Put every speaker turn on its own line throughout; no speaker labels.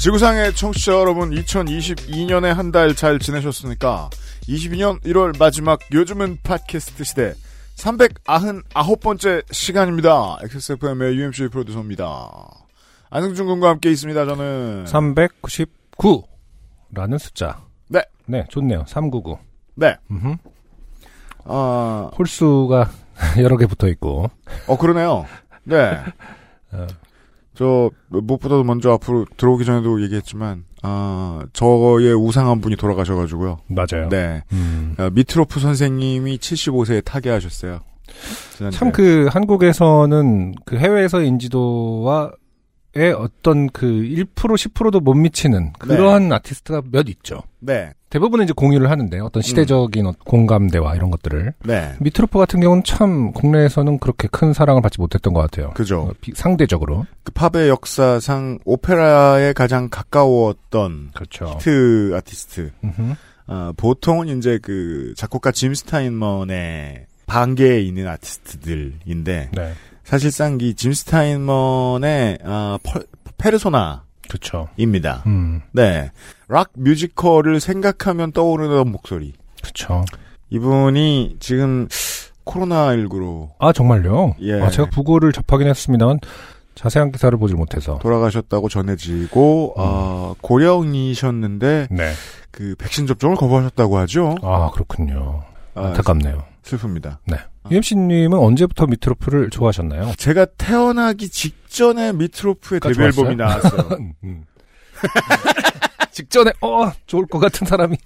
지구상의 청취자 여러분, 2022년에 한 달 잘 지내셨습니까? 22년 1월 마지막 요즘은 팟캐스트 시대 399번째 시간입니다. XSFM의 UMC 프로듀서입니다. 안승준 군과 함께 있습니다, 저는.
399라는 숫자.
네.
네, 좋네요. 399.
네.
음흠.
아,
홀수가 여러 개 붙어 있고.
어, 그러네요. 네.
어.
저, 무엇보다도 먼저 앞으로 들어오기 전에도 얘기했지만, 아, 저의 우상한 분이 돌아가셔가지고요.
맞아요.
네.
음.
아, 미트로프 선생님이 75세에 타계하셨어요. 지난주에.
참 그 한국에서는 그 해외에서 인지도와의 어떤 그 1% 10%도 못 미치는 그러한 아티스트가 몇 있죠.
네,
대부분은 이제 공유를 하는데 어떤 시대적인 어- 공감대와 이런 것들을
네,
미트로포 같은 경우는 참 국내에서는 그렇게 큰 사랑을 받지 못했던 것 같아요.
그죠.
어, 비- 상대적으로
그 팝의 역사상 오페라에 가장 가까웠던
그렇죠.
히트 아티스트. 아, 보통은 이제 그 작곡가 짐 스타인먼의 반계에 있는 아티스트들인데
네,
사실상 이 짐 스타인먼의 아, 펄- 페르소나입니다.
그렇죠. 음,
네, 락 뮤지컬을 생각하면 떠오르는 목소리.
그렇죠.
이분이 지금 코로나 19로
아 정말요?
예.
아, 제가 부고를 접하긴 했습니다만 자세한 기사를 보질 못해서.
돌아가셨다고 전해지고
음.
아, 고령이셨는데
네.
그 백신 접종을 거부하셨다고 하죠.
아 그렇군요.
아,
안타깝네요.
슬픕니다.
네. UMC님은 언제부터 미트로프를 좋아하셨나요?
제가 태어나기 직전에 미트로프의
가
데뷔 앨범이 나왔어요.
음, 음. 직전에 어 좋을 것 같은 사람이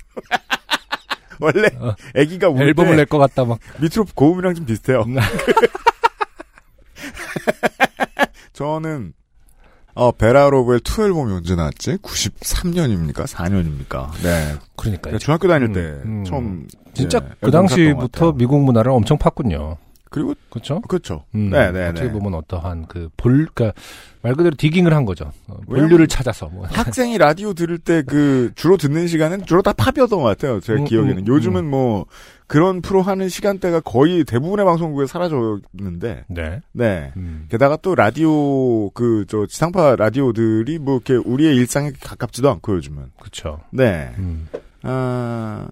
원래
어.
아기가 울때
앨범을 낼 것 같다 막.
미트로프 고음이랑 좀 비슷해요. 저는 어, 베라로브의 투 앨범이 언제 나왔지? 93년입니까? 4년입니까? 네.
그러니까
중학교 다닐
음,
때
음.
처음
진짜
예,
그
앨범 샀던 것
당시부터
같아요.
미국 문화를 엄청 팠군요.
그리고
그렇죠?
그렇죠.
음,
네, 네,
어떻게
네.
보면 어떠한 그 볼, 그러니까 말 그대로 디깅을 한 거죠. 어,
왜냐면-
본류를 찾아서 뭐.
학생이 라디오 들을 때 그 주로 듣는 시간은 주로 다 팝이었던 것 같아요. 제
음,
기억에는
음,
요즘은 뭐 그런 프로 하는 시간대가 거의 대부분의 방송국에 사라졌는데
네.
네.
음.
게다가 또 라디오 그 저 지상파 라디오들이 뭐 이렇게 우리의 일상에 가깝지도 않고 요즘은
그렇죠.
네.
음.
아.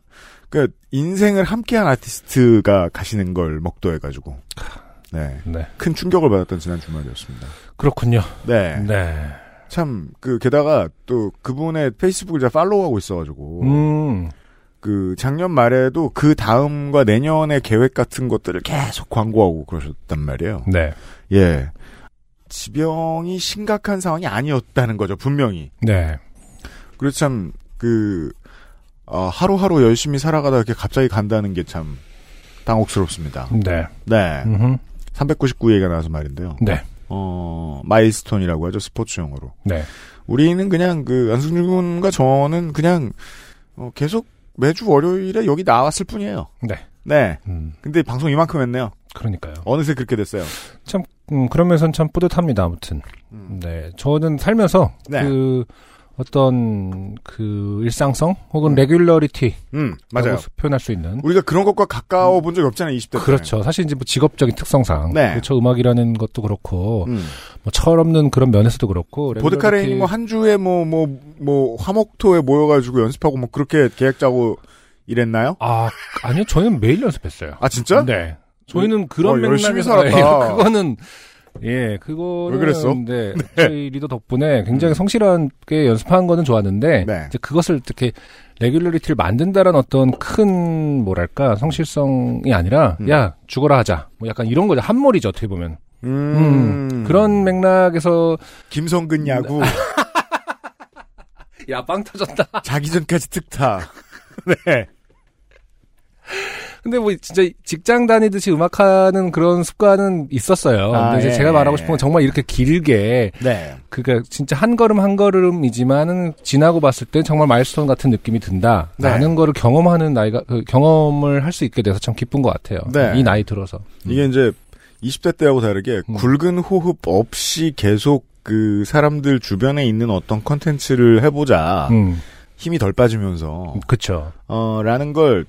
그 인생을 함께한 아티스트가 가시는 걸 먹도해 가지고 네.
네.
큰 충격을 받았던 지난 주말이었습니다.
그렇군요.
네.
네.
참 그 게다가 또 그분의 페이스북을 제가 팔로우하고 있어 가지고
음.
그 작년 말에도 그 다음과 내년의 계획 같은 것들을 계속 광고하고 그러셨단 말이에요.
네.
예. 지병이 심각한 상황이 아니었다는 거죠, 분명히.
네.
그리고 참, 그, 어, 하루하루 열심히 살아가다 이렇게 갑자기 간다는 게 참, 당혹스럽습니다.
네.
네.
음흠.
399 얘기가 나와서 말인데요.
네.
어, 마일스톤이라고 하죠, 스포츠 용어로.
네.
우리는 그냥 그, 안승준 군과 저는 그냥, 어, 계속 매주 월요일에 여기 나왔을 뿐이에요.
네.
네.
음.
근데 방송 이만큼 했네요.
그러니까요.
어느새 그렇게 됐어요.
음, 그러면선 참 뿌듯합니다. 아무튼.
음.
네. 저는 살면서
네.
그 어떤 그 일상성 혹은 레귤러리티
음, 맞아요.
표현할 수 있는
우리가 그런 것과 가까워 본 적이 없잖아요, 20대 때.
그렇죠. 사실 이제 뭐 직업적인 특성상
네.
그렇죠. 음악이라는 것도 그렇고
음.
뭐 철없는 그런 면에서도 그렇고
보드카레인
레귤러리티-
뭐한 주에 뭐 뭐 뭐 화목토에 모여가지고 연습하고 뭐 그렇게 계획 짜고 이랬나요?
아 아니요 저희는 매일 연습했어요.
아 진짜?
네. 저희는 그런
어,
맥락에서
열심히 살았다.
예, 그거는 예 그거는
왜 그랬어? 음.
네, 저희 리더 덕분에 굉장히 성실하게 연습한 거는 좋았는데
네.
이제 그것을 어떻게 레귤러리티를 만든다는 어떤 큰 뭐랄까 성실성이 아니라
음.
야 죽어라 하자 뭐 약간 이런 거죠 한몰이죠 어떻게 보면
음.
그런 네. 맥락에서
김성근 야구
야 빵 터졌다
자기 전까지 특타. 네.
근데 뭐 진짜 직장 다니듯이 음악하는 그런 습관은 있었어요.
아,
근데 이제
예.
제가 말하고 싶은 건 정말 이렇게 길게
네.
그니까 진짜 한 걸음 한 걸음이지만은 지나고 봤을 때 정말 마일스톤 같은 느낌이 든다.
네.
라는 거를 경험하는 나이가 그 경험을 할 수 있게 돼서 참 기쁜 것 같아요.
네.
이 나이 들어서.
이게 이제 20대 때하고 다르게
음.
굵은 호흡 없이 계속 그 사람들 주변에 있는 어떤 컨텐츠를 해보자
음.
힘이 덜 빠지면서
그렇죠.
어 라는 걸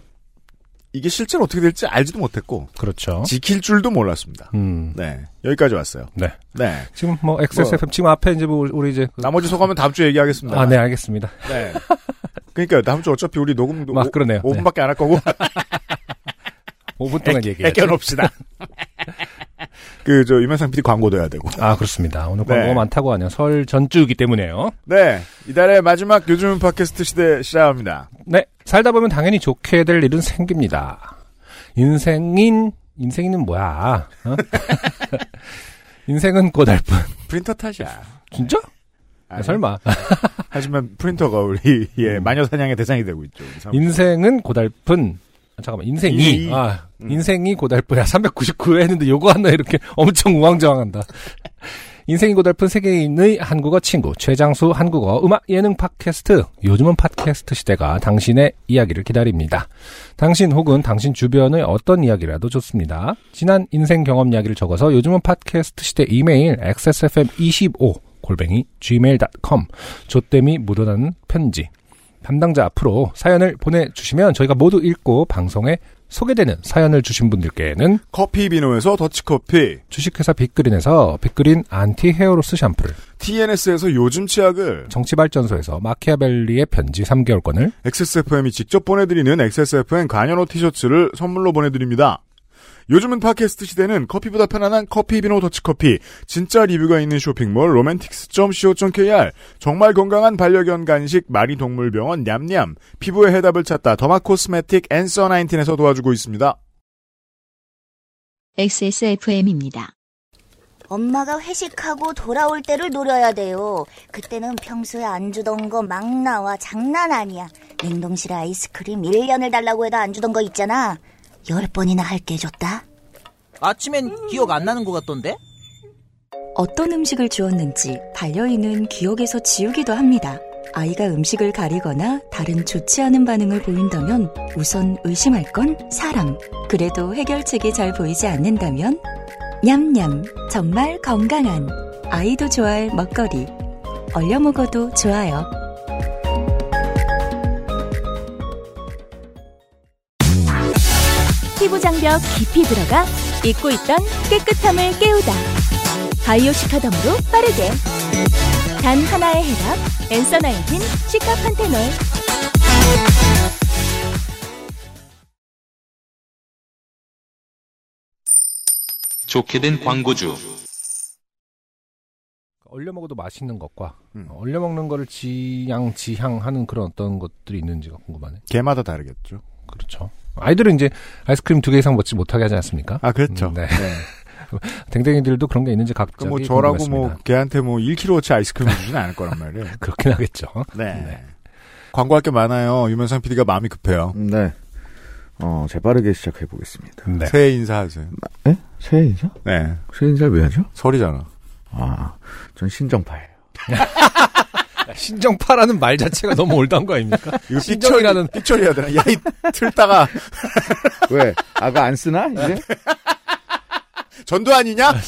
이게 실제로 어떻게 될지 알지도 못했고
그렇죠.
지킬 줄도 몰랐습니다.
음.
네 여기까지 왔어요.
네.
네
지금 뭐 XSFM 지금 앞에 이제 뭐 우리 이제 그-
나머지 소감은 다음 주에 얘기하겠습니다.
아, 네, 알겠습니다.
네. 그러니까 다음 주 어차피 우리 녹음도
막 그러네요.
5분밖에 안 할 거고
5분 동안 얘기해요.
해결합시다. 그 저 유명상 PD 광고도 해야 되고.
아, 그렇습니다. 오늘
네.
광고가 많다고 하네요. 설 전주이기 때문에요.
네 이달의 마지막 요즘은 팟캐스트 시대 시작합니다.
네. 살다 보면 당연히 좋게 될 일은 생깁니다. 인생인, 인생인은 뭐야? 어? 인생은 꼬달 뿐.
프린터 탓이야.
진짜?
아니,
설마.
하지만 프린터가 우리 예, 마녀 사냥의 대상이 되고 있죠. 우리 사무실.
인생은 고달픈. 아, 잠깐만, 인생이.
이.
아,
음.
인생이 고달픈야 399회 했는데 요거 하나 이렇게 엄청 우왕좌왕한다. 인생이 고달픈 세계인의 한국어 친구 최장수 한국어 음악 예능 팟캐스트 요즘은 팟캐스트 시대가 당신의 이야기를 기다립니다. 당신 혹은 당신 주변의 어떤 이야기라도 좋습니다. 지난 인생 경험 이야기를 적어서 요즘은 팟캐스트 시대 이메일 xsfm25 골뱅이 gmail.com 조땜이 묻어나는 편지 담당자 앞으로 사연을 보내주시면 저희가 모두 읽고 방송에 소개되는 사연을 주신 분들께는
커피 비노에서 더치커피,
주식회사 빅그린에서 빅그린 안티 헤어로스 샴푸를
TNS에서 요즘 치약을
정치발전소에서 마키아벨리의 편지 3개월권을
XSFM이 직접 보내드리는 XSFM 관여노 티셔츠를 선물로 보내드립니다. 요즘은 팟캐스트 시대는 커피보다 편안한 커피 비노 더치커피, 진짜 리뷰가 있는 쇼핑몰 로맨틱스.co.kr, 정말 건강한 반려견 간식 마리동물병원 냠냠, 피부의 해답을 찾다 더마코스메틱 앤서 19에서 도와주고 있습니다.
XSFM입니다.
엄마가 회식하고 돌아올 때를 노려야 돼요. 그때는 평소에 안 주던 거 막 나와 장난 아니야. 냉동실에 아이스크림 1년을 달라고 해도 안 주던 거 있잖아. 열 번이나 할 게 줬다.
아침엔 기억 안 나는 것 같던데?
어떤 음식을 주었는지 반려인은 기억에서 지우기도 합니다. 아이가 음식을 가리거나 다른 좋지 않은 반응을 보인다면 우선 의심할 건 사람. 그래도 해결책이 잘 보이지 않는다면 냠냠 정말 건강한 아이도 좋아할 먹거리 얼려 먹어도 좋아요.
피부 장벽 깊이 들어가 잊고 있던 깨끗함을 깨우다. 바이오 시카덤으로 빠르게. 단 하나의 해답. 엔서 나인틴 시카 판테놀.
좋게 된 광고주.
얼려 먹어도 맛있는 것과
음.
어, 얼려 먹는 거를 지향 지향하는 그런 어떤 것들이 있는지가 궁금하네.
개마다 다르겠죠.
그렇죠. 아이들은 이제 아이스크림 두 개 이상 먹지 못하게 하지 않습니까?
아, 그렇죠.
음, 네. 댕댕이들도 그런 게 있는지 각자
그러니까 뭐 저라고 뭐 걔한테 뭐 1kg어치 아이스크림 주진 않을 거란 말이에요.
그렇긴 하겠죠.
네. 광고할 게 많아요. 유면상 PD가 마음이 급해요.
네. 어, 재빠르게 시작해 보겠습니다.
네.
새해 인사하세요.
에? 새해 인사?
네.
새해 인사를 왜 하죠?
설이잖아.
아, 전 신정파예요.
신정파라는 말 자체가 너무 올드한 거 아닙니까?
이거
신정이라는-
삐처리야 되나? 야, 이 틀다가
왜? 아가 안 쓰나? 이제?
전두 아니냐?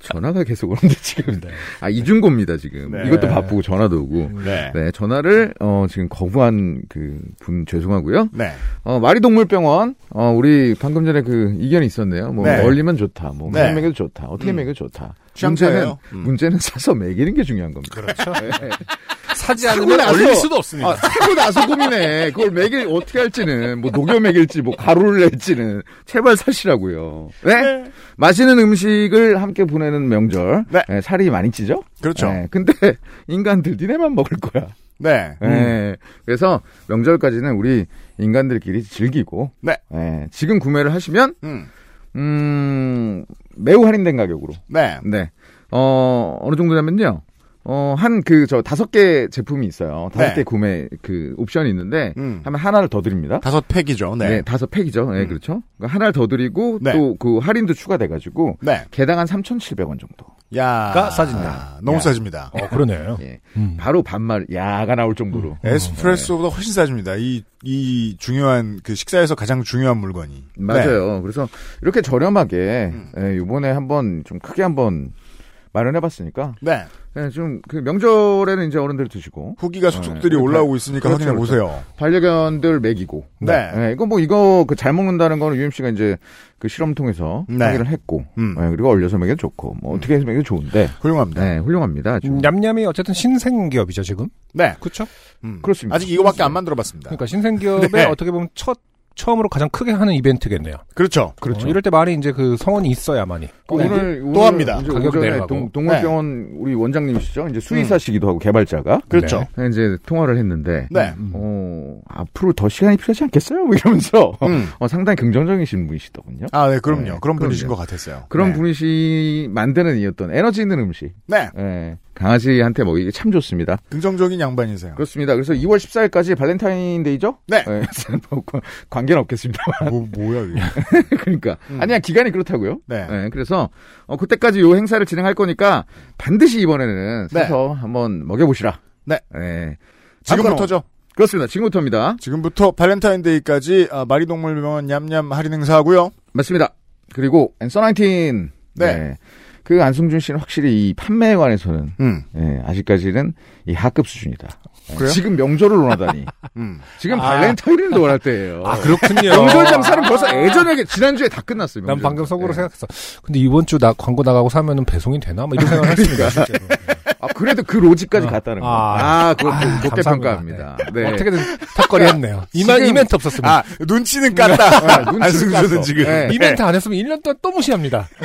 전화가 계속 오는데 지금. 아, 이중고입니다, 지금.
네.
이것도 바쁘고 전화도 오고.
네.
네, 전화를 어, 지금 거부한 그 분 죄송하고요.
네.
어, 마리동물병원. 어, 우리 방금 전에 그 이견이 있었네요. 뭐
네.
얼리면 좋다. 뭐
네.
그냥 먹여도 좋다. 어떻게
음.
먹여도 좋다. 문제는
취향차예요. 음.
문제는 사서 먹이는 게 중요한 겁니다.
그렇죠.
네.
사지
사고
않으면
나서-
얼릴 수도 없습니다.
아, 사고 나서 고민해. 그걸 매길 어떻게 할지는 뭐 녹여 매길지 뭐 가루를 낼지는 제발 사시라고요. 네? 맛있는 음식을 함께 보내는 명절.
네.
예, 살이 많이 찌죠?
그렇죠.
예, 근데 인간들 니네만 먹을 거야.
네.
예, 그래서 명절까지는 우리 인간들끼리 즐기고
네.
예, 지금 구매를 하시면
음.
음, 매우 할인된 가격으로.
네.
네. 어, 어느 정도냐면요. 어, 한 그 저 다섯 개 제품이 있어요. 다섯
네.
개 구매 그 옵션이 있는데
음.
하면 하나를 더 드립니다.
다섯 팩이죠.
네.
네.
다섯 팩이죠. 네,
음.
그렇죠. 그러니까 하나를 더 드리고
네.
또 그 할인도 추가돼가지고
네.
개당 한 3,700원 정도.
야.
가 싸진다.
아, 너무
야.
싸집니다.
어, 그러네요.
예.
음.
바로 반말 야가 나올 정도로.
음. 에스프레소보다 훨씬 싸집니다. 이, 이 중요한, 그 식사에서 가장 중요한 물건이.
맞아요. 그래서 이렇게 저렴하게
음.
예, 이번에 한번 좀 크게 한번 마련해봤으니까
네. 네.
예, 좀그 명절에는 이제 어른들 드시고
후기가 속속들이
네.
올라오고 있으니까
그렇죠,
확인해 보세요.
반려견들 먹이고.
네.
예, 이거 뭐 이거 그 잘 먹는다는 거는 유임 씨가 이제 그 실험 통해서
네.
확인을 했고,
음.
예, 그리고 얼려서 먹여도 좋고, 뭐 어떻게 해서 먹여도 좋은데,
훌륭합니다.
네, 훌륭합니다. 아주.
음,
냠냠이 어쨌든 신생 기업이죠 지금.
네.
그렇죠.
음.
그렇습니다.
아직 이거밖에 안 만들어 봤습니다.
그러니까 신생 기업에
네.
어떻게 보면 첫 처음으로 가장 크게 하는 이벤트겠네요.
그렇죠.
그렇죠.
어, 이럴 때 말이 이제 그 성원이 있어야만이. 네.
오늘,
또 합니다.
네.
네.
이제
가격
오전에
내려가고.
동, 동물병원 우리 원장님이시죠. 이제 수의사시기도 하고 개발자가
그렇죠.
네, 이제 통화를 했는데,
네.
어, 앞으로 더 시간이 필요하지 않겠어요? 뭐 이러면서
음.
어, 상당히 긍정적이신 분이시더군요.
아, 네, 그럼요.
네,
그런 분이신
그럼요.
것 같았어요.
그런
네.
분이시 만드는 이 어떤 에너지 있는 음식,
네.
예, 강아지한테 먹이기 참 좋습니다.
긍정적인 양반이세요.
그렇습니다. 그래서 2월 14일까지 발렌타인데이죠?
네.
예, 뭐, 관계는 없겠습니다.
뭐, 뭐야, 이게.
그러니까
음.
아니야 기간이 그렇다고요.
네.
예, 그래서 어, 그때까지 요 행사를 진행할 거니까 반드시 이번에는
네.
사서 한번 먹여보시라.
네.
예.
지금부터죠.
그렇습니다. 지금부터입니다.
지금부터 발렌타인데이까지 아, 마리동물병원 얌얌 할인 행사하고요.
맞습니다. 그리고 앤서 19.
네.
그 안승준 씨는 확실히 이 판매에 관해서는
음.
예, 아직까지는 이 하급 수준이다. 예,
그래요?
지금 명절을 논하다니.
음.
지금 발렌타인을 논할 때예요.
아,
그렇군요.
명절 장사는 벌써 예전에 지난주에 다 끝났어요.
어. 난
명절
방금
장사.
속으로
예.
생각했어. 근데 이번 주 나 광고 나가고 사면은 배송이 되나? 막 이런 생각을 했습니다. 실제로.
아, 그래도 그 로지까지
어.
갔다는 거.
아.
아, 그것도 높게
감사합니다.
평가합니다. 네.
어떻게든 턱걸이 했네요. 이만
지금-
이벤트 없었습니다.
아, 눈치는 깠다.
네,
아,
눈치는
안승준은
깠어.
지금.
네.
이벤트 안 했으면 1년 동안 또 무시합니다.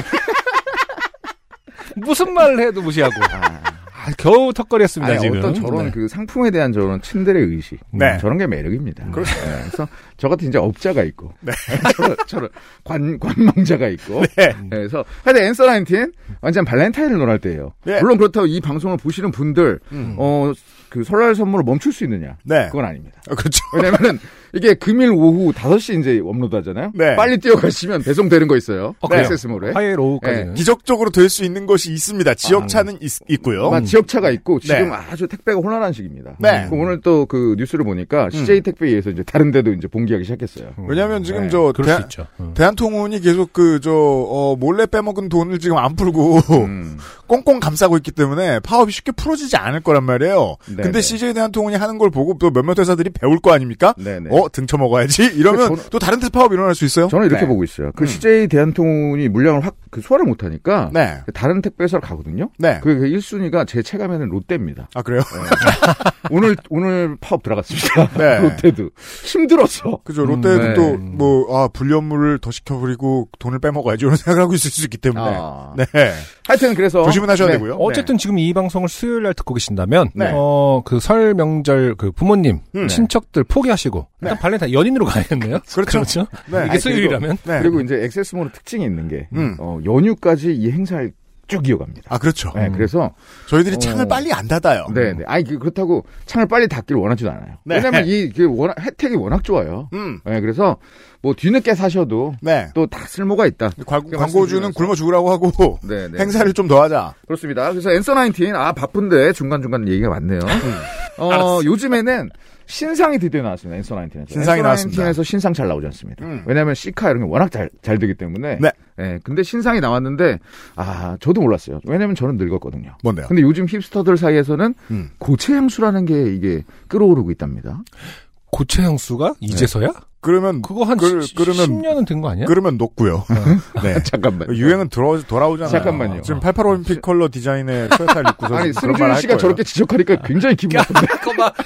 무슨 말을 해도 무시하고. 아, 겨우 턱걸이 했습니다,
아니,
지금.
어떤 저런
네.
그 상품에 대한 저런 친들의 의식. 음,
네.
저런 게
음.
매력입니다. 그래서
그렇죠.
저 같은 이제 업자가 있고.
네.
저런, 저런 관, 관망자가 있고. 네, 그래서 하여튼 앤서 나인틴 완전 발렌타인을 논할 때예요
네.
물론 그렇다고 이 방송을 보시는 분들,
음.
어, 그 설날 선물을 멈출 수 있느냐.
네.
그건 아닙니다.
아, 그렇죠.
왜냐면은 이게 금일 오후 5시 이제 업로드 하잖아요.
네. 아,
빨리 뛰어가시면 배송되는 거 있어요.
어, 그래요?
액세스몰에.
예.
네.
화요일 오후까지는.
기적적으로 될 수 있는 것이 있습니다. 지역차는 있, 있고요.
아마 네. 음. 지역차가 있고 지금
음. 네.
아주 택배가 혼란한 시기입니다.
네. 음.
그 오늘 또 그 뉴스를 보니까 CJ 택배에 의해서 이제 다른 데도 이제 봉기하기 시작했어요.
왜냐면 하 지금
네,
저
음. 그럴
대한,
수 있죠. 음.
대한통운이 계속 그, 저, 어, 몰래 빼먹은 돈을 지금 안 풀고,
음.
꽁꽁 감싸고 있기 때문에 파업이 쉽게 풀어지지 않을 거란 말이에요.
네네.
근데 CJ 대한통운이 하는 걸 보고 또 몇몇 회사들이 배울 거 아닙니까?
네네.
어, 등쳐 먹어야지? 이러면
저는-
또 다른 데서 파업 일어날 수 있어요?
저는 이렇게
네.
보고 있어요. 그
음.
CJ 대한통운이 물량을 확 그 소화를 못 하니까
네.
다른 택배사를 가거든요.
네.
그 1순위가 제 체감에는 롯데입니다. 네.
아, 그래요?
오늘 오늘 파업 들어갔습니다.
네.
롯데도 힘들었어.
그죠. 롯데도
네.
또, 뭐, 아, 불륜물을 더 시켜버리고 돈을 빼먹어야지 이런 생각을 하고 있을 수 있기 때문에.
아.
네.
하여튼 그래서
조심은 하셔야
네.
되고요.
어쨌든 지금 이 방송을 수요일 날 듣고 계신다면
네.
어 그 설 명절 그 부모님
네.
음.
친척들 포기하시고 일단 발렌타인 연인으로 가야겠네요.
그렇죠. 네.
이게
아니,
수요일이라면
네.
그리고 이제 액세스몰의 특징이 있는 게
음.
어, 연휴까지 이 행사를 쭉 이어갑니다.
아, 그렇죠.
네, 그래서
저희들이
어.
창을 빨리 안 닫아요.
네, 네. 아니 그- 그렇다고 창을 빨리 닫기를 원하지도 않아요.
네.
왜냐면 이 이게 워낙 혜택이 워낙 좋아요.
음.
네, 그래서 뭐 뒤늦게 사셔도
네.
또 다 쓸모가 있다.
광,
그렇게
광고주는
말씀드리면서.
굶어 죽으라고 하고
네, 네.
행사를 좀 더 하자.
그렇습니다. 그래서 앤서 19. 아, 바쁜데 중간중간 얘기가 많네요.
음.
어, 요즘에는 신상이 드디어 나왔습니다. 앤서 19에서.
신상이 나왔습니다.
에서 신상 잘 나오지 않습니다.
음.
왜냐하면 시카 이런 게 워낙 잘, 잘 되기 때문에.
네.
예, 근데 신상이 나왔는데, 아, 저도 몰랐어요. 왜냐면 저는 늙었거든요.
뭔데요?
근데 요즘 힙스터들 사이에서는
음.
고체 향수라는 게 이게 끌어오르고 있답니다.
고체 향수가
네.
이제서야?
그러면
그거 한
그-
그,
그러면-
10년은 된 거 아니야?
그러면 녹고요. 네.
잠깐만.
유행은 들어 돌아오잖아요.
잠깐만요. 어.
지금 88 올림픽 컬러 디자인의 스웨터를 입고서
아니,
지금 그런 말
승준
할
씨가
거예요.
저렇게 지적하니까 굉장히 기분 나쁜데.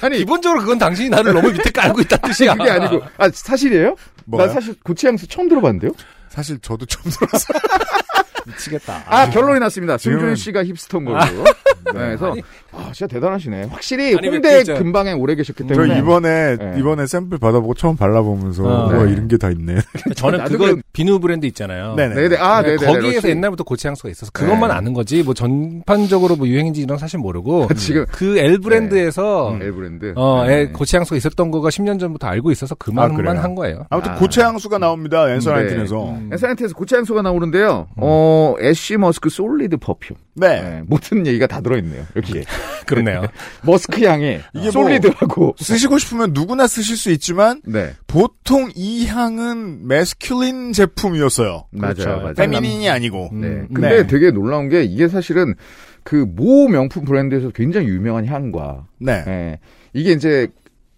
아니,
기본적으로 그건 당신이 나를 너무 밑에 깔고 있다는 뜻이야.
그게 아니고. 아, 사실이에요?
뭐요?
난 사실 고체 향수 처음 들어봤는데요?
사실 저도 처음 들었어요.
미치겠다.
아, 결론이 났습니다. 승준
지금은- 아.
씨가 힙스터인 걸로. 네, 그래서 아, 진짜 대단하시네. 확실히
아니, 왜
홍대
진짜-
근방에 오래 계셨기
저
때문에
이번에
네.
이번에 샘플 받아보고 처음 발라보면서
어.
우와
네.
이런 게 다 있네.
저는
나도
그걸
그럼-
비누 브랜드 있잖아요.
네네.
네네. 아, 네네.
그러니까 거기에서
러시-
옛날부터 고체향수가 있어서 그것만
네.
아는 거지 뭐 전반적으로 뭐 유행인지 이런 거 사실 모르고
지금
그 L 브랜드에서
음, L 브랜드.
어, 에
네.
고체향수가 있었던 거가 10년 전부터 알고 있어서 그만만
그래요?
한 거예요. 음.
아무튼
아.
고체 향수가 나옵니다. 엔서나이틴에서.
네. 엔사이트에서 고체향수가 나오는데요.
음.
어, 애쉬 머스크 솔리드 퍼퓸.
네.
네, 모든 얘기가 다 들어있네요. 여기에.
그러네요.
머스크 향에
이게 뭐
솔리드하고.
쓰시고 싶으면 누구나 쓰실 수 있지만
네.
보통 이 향은 매스큘린 제품이었어요.
맞아요.
그렇죠.
맞아요.
페미닌이 아니고.
네.
음,
근데
네.
되게 놀라운 게 이게 사실은 그 모 명품 브랜드에서 굉장히 유명한 향과
네.
예. 이게 이제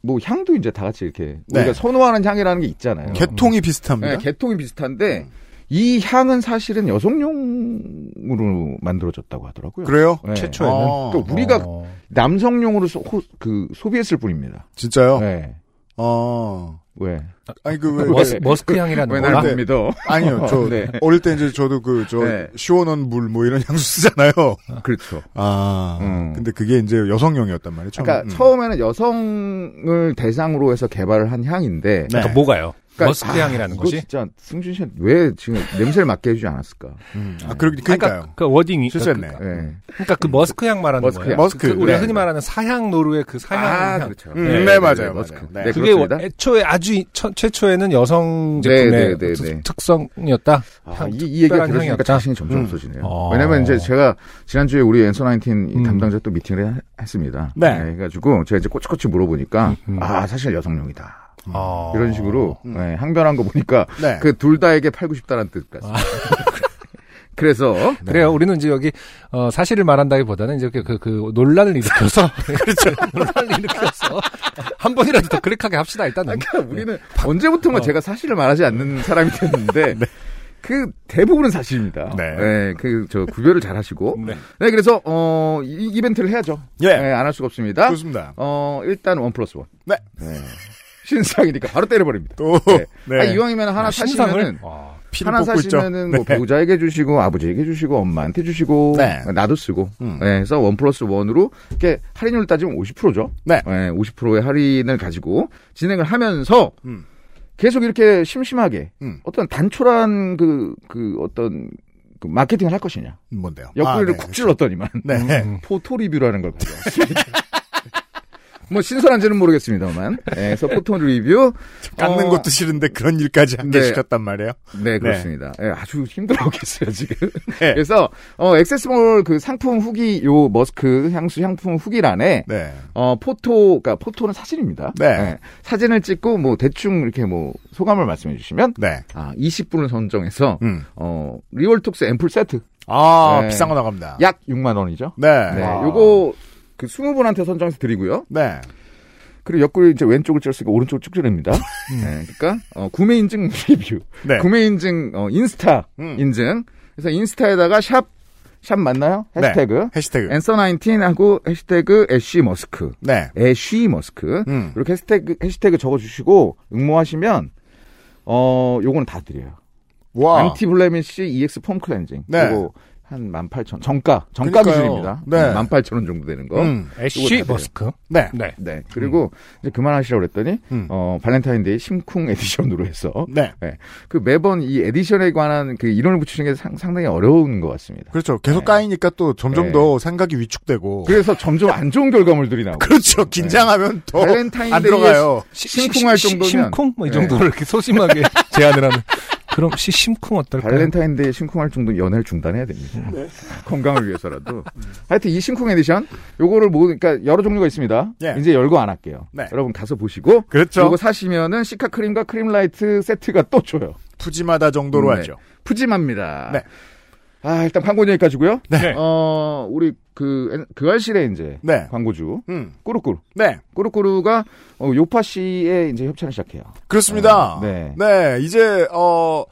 뭐 향도 이제 다 같이 이렇게
네.
우리가 선호하는 향이라는 게 있잖아요.
음. 개통이 비슷합니다.
예, 개통이 비슷한데 이 향은 사실은 여성용으로 만들어졌다고 하더라고요.
그래요?
예.
최초에는.
아,
또 우리가
어.
남성용으로 소, 호- 그 소비했을 뿐입니다.
진짜요?
예.
어.
왜?
아니 그 왜?
머스, 머스크 향이라는
왜
거.
날
네.
안 믿어?
아니요, 저
뭐, 네.
어릴 때 이제 저도 그 저
네.
시원한 물 뭐 이런 향수 쓰잖아요.
그렇죠.
아,
음.
근데 그게 이제 여성용이었단 말이에요. 처음에.
그러니까 처음에는 여성을 대상으로 해서 개발을 한 향인데
네.
그러니까 뭐가요?
그러니까-
머스크 향이라는
이거
거지?
진짜 승준 씨한테 왜 지금 냄새를 맡게 해주지 않았을까?
음. 아, 그러, 니까요
그러니까 그 워딩이
실수했네.
그러니까,
예.
그러니까 그 머스크 향 말하는
머스크
거예요.
향.
머스크.
그 우리가
네.
흔히 말하는 사향 노루의 그 사향 향.
그렇죠.
음, 네, 맞아요, 맞아요. 네.
네,
그게
그렇습니다.
애초에 아주 이- 처- 최초에는 여성
네,
제품의
네, 네,
특-
네.
특성이었다.
아,
향-
이, 이 얘기가
특별한
들으니까
향이었다.
자신이 점점
음.
없어지네요.
어.
왜냐면 이제 제가 지난주에 우리 엔서 나인틴
음.
담당자 또 미팅을 해- 했습니다.
네.
해가지고 제가 이제 꼬치꼬치 물어보니까 아 사실 여성용이다.
어.
이런 식으로 예, 항변한 거 보니까
네.
그 둘 다에게 팔고 싶다는 뜻 같습니다. 그래서
네. 그래요. 우리는 이제 여기 어, 사실을 말한다기보다는 이제 그, 그, 그 논란을 일으켜서 그렇죠. 논란을 일으켜서 한 번이라도 더 클릭하게 합시다. 일단은
그러니까 우리는 언제부턴가 제가 사실을 말하지 않는 사람이 됐는데 그 대부분은 사실입니다.
네.
그 저 구별을 잘 하시고. 네. 그래서 어 이, 이벤트를 해야죠. 네,
예.
안 할 수가 없습니다.
좋습니다.
어 일단 원 플러스 원.
네.
신상이니까 바로 때려버립니다.
또
네.
네.
아, 이왕이면 하나 사시면은
와,
피를
하나
뽑고 있죠.
사시면은 뭐
네.
배우자에게 주시고 아버지에게 주시고 엄마한테 주시고
네.
나도 쓰고
음.
네, 그래서 원 플러스 원으로 이렇게 할인율 따지면 50%죠.
네.
50%의 할인을 가지고 진행을 하면서
음.
계속 이렇게 심심하게
음.
어떤 단촐한 그, 그 어떤 그 마케팅을 할 것이냐.
뭔데요?
옆구리를 음.
아, 네.
쿡 찔렀더니만
네.
포토 리뷰라는 걸 가져왔습니다. 뭐 신선한지는 모르겠습니다만, 네, 그래서 포토 리뷰
깎는
어,
것도 싫은데 그런 일까지 하게
네.
시켰단 말이에요.
네, 그렇습니다. 예, 아주 힘들어하겠어요, 지금.
네.
그래서, 어, 액세스몰 그 상품 후기, 요 머스크 향수 향품 후기란에,
네.
어, 포토, 그니까 포토는 사진입니다.
네.
예, 사진을 찍고, 뭐, 대충 이렇게 뭐, 소감을 말씀해 주시면,
네.
아, 20분을 선정해서,
음.
어, 리월톡스 앰플 세트,
아,
네.
비싼 거 나갑니다.
약 6만원이죠.
네.
네,
와.
요거, 그 20분한테 선정해서 드리고요.
네.
그리고 옆구리 이제 왼쪽을 찔렀으니까 오른쪽을 쭉 찌릅니다. 네, 그러니까 어, 구매 인증 리뷰,
네.
구매 인증 어, 인스타
음. 인증.
인증. 그래서 인스타에다가 샵, 샵 맞나요?
네.
해시태그.
해시태그.
앤서19 하고 해시태그 애쉬 머스크.
네.
애쉬 머스크.
음.
이렇게 해시태그, 해시태그 적어주시고 응모하시면 어 요거는 다 드려요.
와.
안티 블레미쉬 EX 폼 클렌징.
네.
그리고 한 18,000 정가 정가
그러니까요.
기준입니다.
네.
18,000원 정도 되는 거.
음.
애쉬 머스크.
네.
네.
어? 네. 그리고 이제 그만하시라고 그랬더니
음.
어 발렌타인데이 심쿵 에디션으로 해서
네.
네. 그 매번 이 에디션에 관한 그 이론을 붙이는 게 상, 상당히 어려운 것 같습니다.
그렇죠. 계속 까이니까 또 점점
네.
더 생각이 위축되고.
그래서 네. 점점 안 좋은 결과물들이 나오고.
그렇죠. 긴장하면 더
발렌타인데이에
안 들어가요.
시- 심쿵할
시- 시-
정도면
심쿵 뭐 이
네.
정도로 이렇게 소심하게 제안을 하는. 그럼 시 심쿵 어떨까요?
발렌타인데이에 심쿵할 정도 연애를 중단해야 됩니다.
네.
건강을 위해서라도. 하여튼 이 심쿵 에디션 요거를 뭐 그러니까 여러 종류가 있습니다.
예.
이제 열거 안 할게요.
네.
여러분 가서 보시고
그렇죠.
요거 사시면은 시카 크림과 크림 라이트 세트가 또 줘요.
푸짐하다 정도로
네.
하죠.
푸짐합니다.
네.
아, 일단 광고는 여기까지고요.
네.
어, 우리 그 그알실에 이제
네.
광고주
음.
꾸루꾸루
네.
꾸루꾸루가 어, 요파 씨의 이제 협찬을 시작해요.
그렇습니다.
네.
네. 이제 어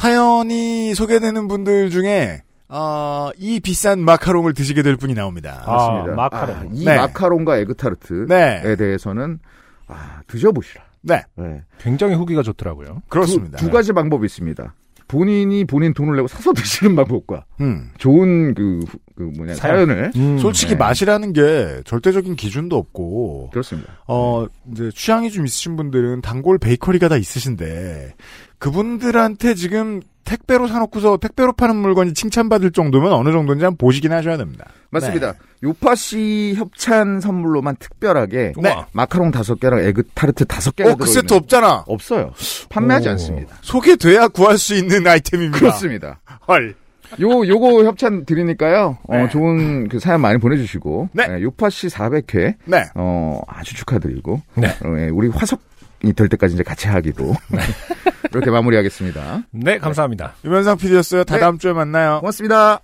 사연이 소개되는 분들 중에 어, 이 비싼 마카롱을 드시게 될 분이 나옵니다.
맞습니다. 마카롱.
아, 이
아, 네.
마카롱과 에그타르트에
네.
대해서는 아, 드셔보시라.
네.
네.
굉장히 후기가 좋더라고요.
그렇습니다.
두, 두 가지 방법이 있습니다. 본인이 본인 돈을 내고 사서 드시는 방법과
음.
좋은 그, 후- 그 뭐냐
사연.
사연을
솔직히
네.
맛이라는 게 절대적인 기준도 없고
그렇습니다.
어 이제 취향이 좀 있으신 분들은 단골 베이커리가 다 있으신데 그분들한테 지금 택배로 사놓고서 택배로 파는 물건이 칭찬받을 정도면 어느 정도인지 한번 보시긴 하셔야 됩니다.
맞습니다.
네.
요파 씨 협찬 선물로만 특별하게
네.
마카롱 다섯 개랑 에그 타르트 다섯 개가
어, 그 세트
들어있는-
없잖아.
없어요. 판매하지
오.
않습니다.
소개돼야 구할 수 있는 아이템입니다.
그렇습니다.
헐.
요 요거 협찬 드리니까요. 어,
네.
좋은 그 사연 많이 보내주시고
네.
예, 요파 씨 400회
네.
어, 아주 축하드리고
네.
어, 예, 우리 화석이 될 때까지 이제 같이 하기로 이렇게 마무리하겠습니다.
네, 감사합니다.
유면상 PD였어요. 다
네.
다음 주에 만나요.
고맙습니다.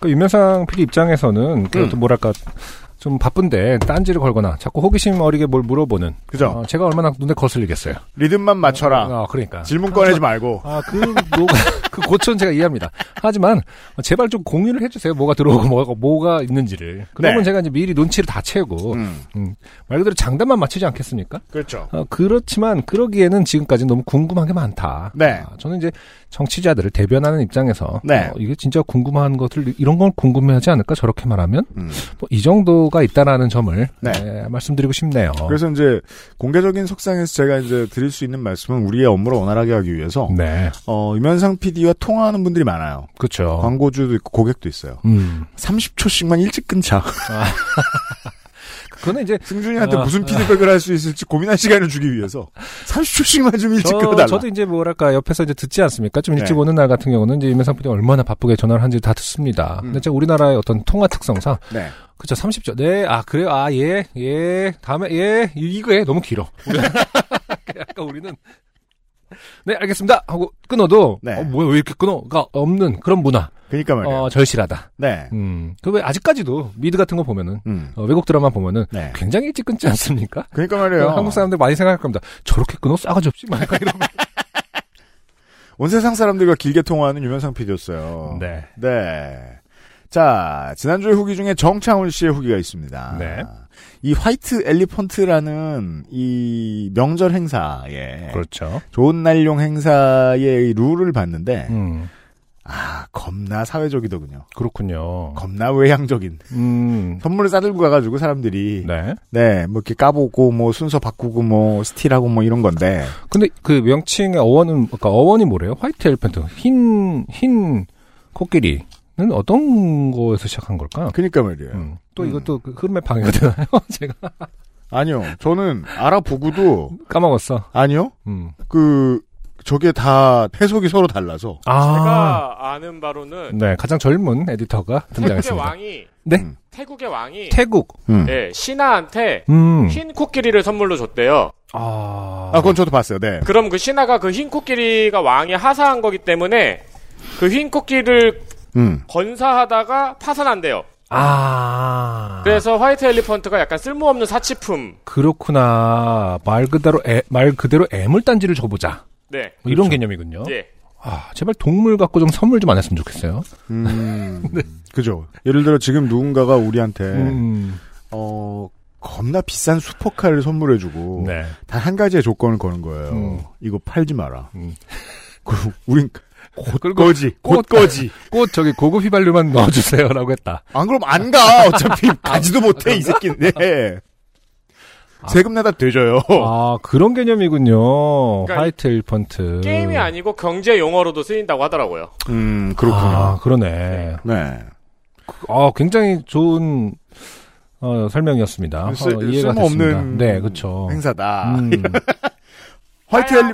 그 유명상 PD 입장에서는 그래도
음.
뭐랄까 좀 바쁜데 딴지를 걸거나 자꾸 호기심 어리게 뭘 물어보는
그죠?
어, 제가 얼마나 눈에 거슬리겠어요.
리듬만 맞춰라.
아, 그러니까.
질문 꺼내지 말고.
아, 그, 노, 그 고초는 제가 이해합니다. 하지만, 어, 제발 좀 공유를 해주세요. 뭐가 들어오고, 뭐가, 뭐가 있는지를. 그러면
네.
제가 이제 미리 눈치를 다 채우고,
음.
말 그대로 장단만 맞추지 않겠습니까?
그렇죠.
어, 그렇지만, 그러기에는 지금까지 너무 궁금한 게 많다.
네.
아, 저는 이제 정치자들을 대변하는 입장에서,
네.
어, 이게 진짜 궁금한 것을, 이런 걸 궁금해하지 않을까? 저렇게 말하면?
음.
뭐, 이 정도가 있다라는 점을,
네.
예, 말씀드리고 싶네요.
그래서 이제 공개적인 석상에서 제가 이제 드릴 수 있는 말씀은 우리의 업무를 원활하게 하기 위해서
네.
어, 유면상 PD와 통화하는 분들이 많아요.
그렇죠.
광고주도 있고 고객도 있어요.
음.
30초씩만 일찍 끊자.
그거는 이제,
승준이한테
아,
무슨 피드백을 할 수 있을지 고민할 시간을 주기 위해서 30초씩만 좀 일찍 끊어달라.
도 이제 뭐랄까 옆에서 이제 듣지 않습니까? 좀 일찍
네.
오는 날 같은 경우는 이제 유명상 PD가 얼마나 바쁘게 전화를 하는지 다 듣습니다.
음.
근데 제가 우리나라의 어떤 통화 특성상
네.
그쵸 30초 네 아 그래요 아 예 예 다음에 예 이거에 너무 길어.
네.
약간 우리는 네 알겠습니다 하고 끊어도
네.
어, 뭐야 왜 이렇게 끊어가 없는 그런 문화
그러니까 말이에요.
어, 절실하다.
네.
음그왜 아직까지도 미드 같은 거 보면은
음.
어, 외국 드라마 보면은
네.
굉장히 일찍 끊지 않습니까? 네,
그러니까 말이에요.
한국 사람들 많이 생각할 겁니다. 저렇게 끊어 싸가지 없지 막 이런.
온 세상 사람들과 길게 통화하는 유면상 PD였어요.
네.
네. 자, 지난주에 후기 중에 정창훈 씨의 후기가 있습니다.
네.
이 화이트 엘리펀트라는 이 명절 행사에
그렇죠.
좋은 날용 행사의 이 룰을 봤는데
음,
아, 겁나 사회적이더군요.
그렇군요.
겁나 외향적인
음,
선물을 싸들고 가가지고 사람들이
네.
네, 뭐 이렇게 까보고 뭐 순서 바꾸고 뭐 스틸하고 뭐 이런 건데
근데 그 명칭의 어원은, 그러니까 어원이 뭐래요? 화이트 엘펜트. 흰, 흰 코끼리는 어떤 거에서 시작한 걸까?
그러니까 말이에요.
음, 또
음.
이것도 그 흐름의 방해가 되나요? 제가
아니요, 저는 알아보고도
까먹었어.
아니요,
음.
그 저게 다 해석이 서로 달라서
아,
제가 아는 바로는
네. 가장 젊은 에디터가
태국의
등장했습니다.
왕이
네?
음.
태국의 왕이
태국.
음.
예, 신하한테
음.
흰 코끼리를 선물로 줬대요.
아.
아, 그건 저도 봤어요. 네.
그럼 그 신하가 그 흰 코끼리가 왕이 하사한 거기 때문에 그 흰 코끼리를
음.
건사하다가 파산한대요.
아.
그래서 화이트 엘리펀트가 약간 쓸모없는 사치품.
그렇구나. 말 그대로, 애, 말 그대로 애물단지를 줘보자.
네.
뭐 이런 개념이군요.
예.
아, 제발 동물 갖고 좀 선물 좀 안 했으면 좋겠어요.
음. 그죠. 예를 들어 지금 누군가가 우리한테
네.
네.
음,
어 겁나 비싼 슈퍼카를 선물해주고
뭐.
네.
단 한 가지의 조건을 거는 거예요.
음.
이거 팔지 마라.
음. 아,
그럼 우린
그리고
거지, 곧
꽂다.
거지.
꽃 저기 고급 휘발유만 넣어주세요라고 했다.
안 그럼 안 가.
아,
어차피 가지도 못해 이 새끼는. 네. 세금 내다 되져요.
아 그런 개념이군요.
그러니까
화이트 일펀트.
게임이 아니고 경제 용어로도 쓰인다고 하더라고요.
음 그렇군요.
아, 그러네.
네.
아 굉장히 좋은 어, 설명이었습니다.
아, 쓸-
어, 이해가
쓸모없는
됐습니다. 네, 그렇죠.
행사다. 아,
음,
화이트 엘리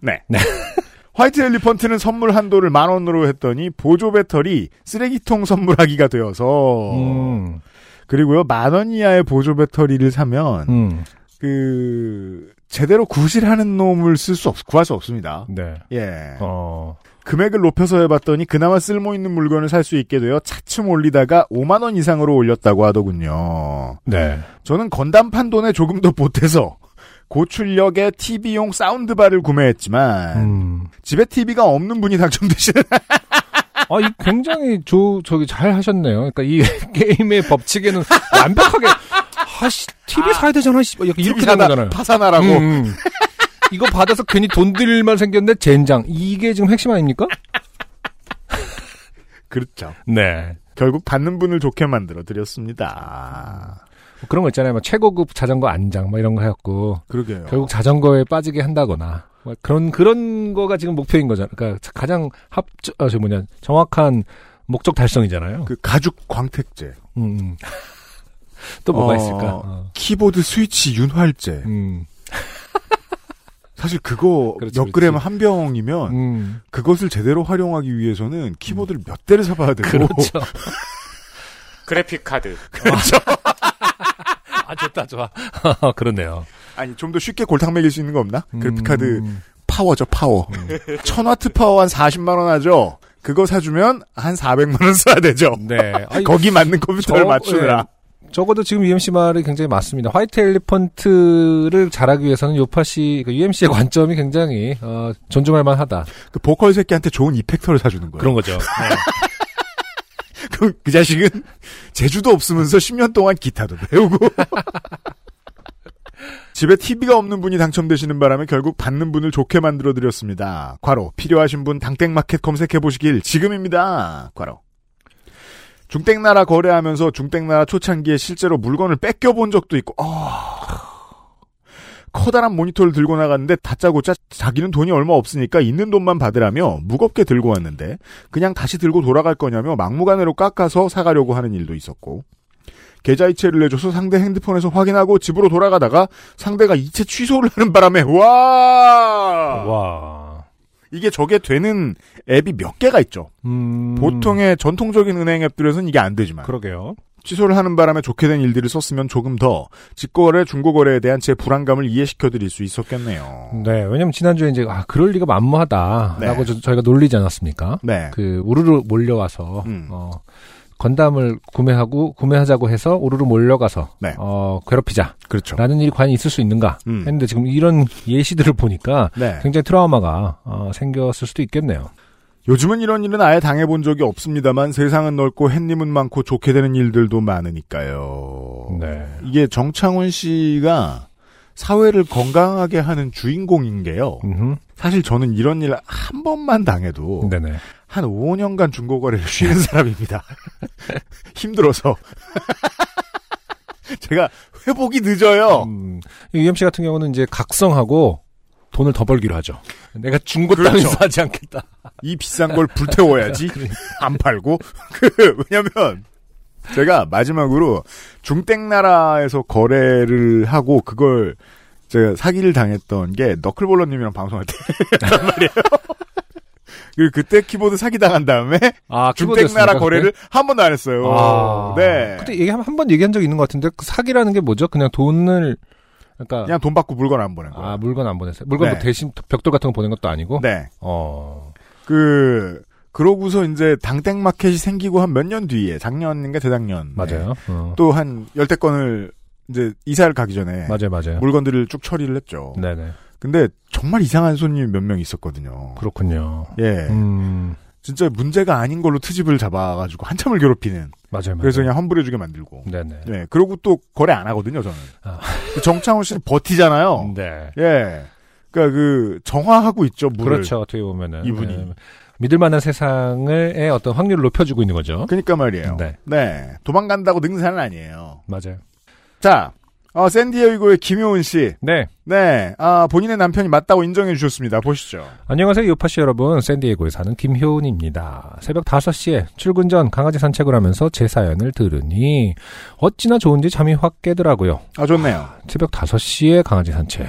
네. 화이트 엘리펀트는 선물 한도를 만 원으로 했더니 보조 배터리 쓰레기통 선물하기가 되어서
음,
그리고요 만 원 이하의 보조 배터리를 사면
음,
그 제대로 구실하는 놈을 쓸 수 없, 구할 수 없습니다.
네.
예.
어,
금액을 높여서 해봤더니 그나마 쓸모 있는 물건을 살 수 있게 되어 차츰 올리다가 5만 원 이상으로 올렸다고 하더군요.
네.
저는 건담판 돈에 조금 더 보태서 고출력의 TV용 사운드바를 구매했지만
음.
집에 TV가 없는 분이 당첨되시는
아, 이 굉장히 조, 저기 잘 하셨네요. 그러니까 이 게임의 법칙에는 완벽하게 아씨 TV 사야 되잖아. 씨. 약간 이렇게 되는 거잖아요.
파산하라고.
음. 이거 받아서 괜히 돈 들일만 생겼는데 젠장. 이게 지금 핵심 아닙니까?
그렇죠.
네.
결국 받는 분을 좋게 만들어 드렸습니다.
뭐 그런 거 있잖아요. 뭐 최고급 자전거 안장 막 이런 거 해갖고
그러게요.
결국 자전거에 빠지게 한다거나 뭐 그런 그런 거가 지금 목표인 거잖아요. 그러니까 가장 합저 아, 저 뭐냐 정확한 목적 달성이잖아요.
그 가죽 광택제.
음, 음. 또 뭐가
어,
있을까? 어.
키보드 스위치 윤활제.
음.
사실 그거
그렇지,
몇 그램
그렇지.
한 병이면
음.
그것을 제대로 활용하기 위해서는 키보드를 몇 대를 사봐야 되고
그렇죠.
그래픽 카드.
그렇죠?
아 좋다 좋아. 그렇네요.
아니 좀 더 쉽게 골탕 먹일 수 있는 거 없나? 그래픽 카드
음.
파워죠 파워. 1000와트 파워 한 40만 원 하죠. 그거 사주면 한 400만 원 써야 되죠.
네. 아니,
거기 맞는 컴퓨터를
저- 예.
맞추느라.
적어도 지금 UMC 말이 굉장히 맞습니다. 화이트 엘리펀트를 잘하기 위해서는 요파 씨, 그 UMC의 관점이 굉장히 어, 존중할 만하다.
그 보컬 새끼한테 좋은 이펙터를 사주는 거예요.
그런 거죠. 네.
그럼 그 자식은 제주도 없으면서 10년 동안 기타도 배우고 집에 TV가 없는 분이 당첨되시는 바람에 결국 받는 분을 좋게 만들어 드렸습니다. 과로 필요하신 분 당땡마켓 검색해 보시길 지금입니다. 과로 중땡나라 거래하면서 중땡나라 초창기에 실제로 물건을 뺏겨 본 적도 있고 아, 커다란 모니터를 들고 나갔는데 다짜고짜 자기는 돈이 얼마 없으니까 있는 돈만 받으라며 무겁게 들고 왔는데 그냥 다시 들고 돌아갈 거냐며 막무가내로 깎아서 사가려고 하는 일도 있었고 계좌이체를 내줘서 상대 핸드폰에서 확인하고 집으로 돌아가다가 상대가 이체 취소를 하는 바람에 와,
와.
이게 저게 되는 앱이 몇 개가 있죠.
음.
보통의 전통적인 은행 앱들에서는 이게 안 되지만
그러게요.
취소를 하는 바람에 좋게 된 일들을 썼으면 조금 더 직거래 중고거래에 대한 제 불안감을 이해시켜 드릴 수 있었겠네요.
네, 왜냐면 지난주에 이제 아 그럴 리가 만무하다라고
네.
저- 저희가 놀리지 않았습니까?
네.
그 우르르 몰려와서
음.
어, 건담을 구매하고 구매하자고 해서 우르르 몰려가서
네.
어, 괴롭히자라는
그렇죠.
일이 과연 있을 수 있는가
음.
했는데 지금 이런 예시들을 보니까
네.
굉장히 트라우마가 어, 생겼을 수도 있겠네요.
요즘은 이런 일은 아예 당해본 적이 없습니다만 세상은 넓고 햇님은 많고 좋게 되는 일들도 많으니까요.
네.
이게 정창훈 씨가 사회를 건강하게 하는 주인공인 게요.
음흠.
사실 저는 이런 일 한 번만 당해도
네네.
한 5년간 중고거래를 쉬는 사람입니다. 힘들어서. 제가 회복이 늦어요.
음, 이 UMC 같은 경우는 이제 각성하고 돈을 더 벌기로 하죠. 내가 중고 땅을
그렇죠.
사지 않겠다.
이 비싼 걸 불태워야지
그러니까.
안 팔고 그 왜냐면 제가 마지막으로 중땡나라에서 거래를 하고 그걸 제가 사기를 당했던 게 너클볼러님이랑 방송할 때란 말이에요. 그리고 그때 키보드 사기 당한 다음에
아,
중땡나라 거래를 한 번도 안 했어요.
아,
네.
그때 얘기 한번 얘기한 적이 있는 것 같은데 그 사기라는 게 뭐죠? 그냥 돈을 그러니까
그냥 돈 받고 물건 안 보낸 거예요.
아 물건 안 보냈어요. 물건 뭐
네.
대신 벽돌 같은 거 보낸 것도 아니고.
네.
어.
그 그러고서 이제 당땡 마켓이 생기고 한 몇 년 뒤에 작년인가 재작년 네.
맞아요. 어.
또 한 열대 건을 이제 이사를 가기 전에
맞아요, 맞아요.
네. 물건들을 쭉 처리를 했죠.
네네.
근데 정말 이상한 손님이 몇 명 있었거든요.
그렇군요.
예,
음.
진짜 문제가 아닌 걸로 트집을 잡아가지고 한참을 괴롭히는.
맞아요, 맞아요.
그래서 그냥 환불해주게 만들고.
네네.
예, 그러고 또 거래 안 하거든요. 저는
아.
그 정창훈 씨는 버티잖아요.
네.
예, 그러니까 그 정화하고 있죠. 물을.
그렇죠. 어떻게 보면은
이분이.
예. 믿을 만한 세상의 어떤 확률을 높여주고 있는 거죠.
그러니까 말이에요.
네.
네, 도망간다고 능사는 아니에요.
맞아요.
자, 어, 샌디에이고의 김효은 씨.
네.
네, 아, 본인의 남편이 맞다고 인정해 주셨습니다. 보시죠.
안녕하세요, 요파씨 여러분. 샌디에고에 사는 김효은입니다. 새벽 5시에 출근 전 강아지 산책을 하면서 제 사연을 들으니 어찌나 좋은지 잠이 확 깨더라고요.
아, 좋네요.
새벽 5시에 강아지 산책.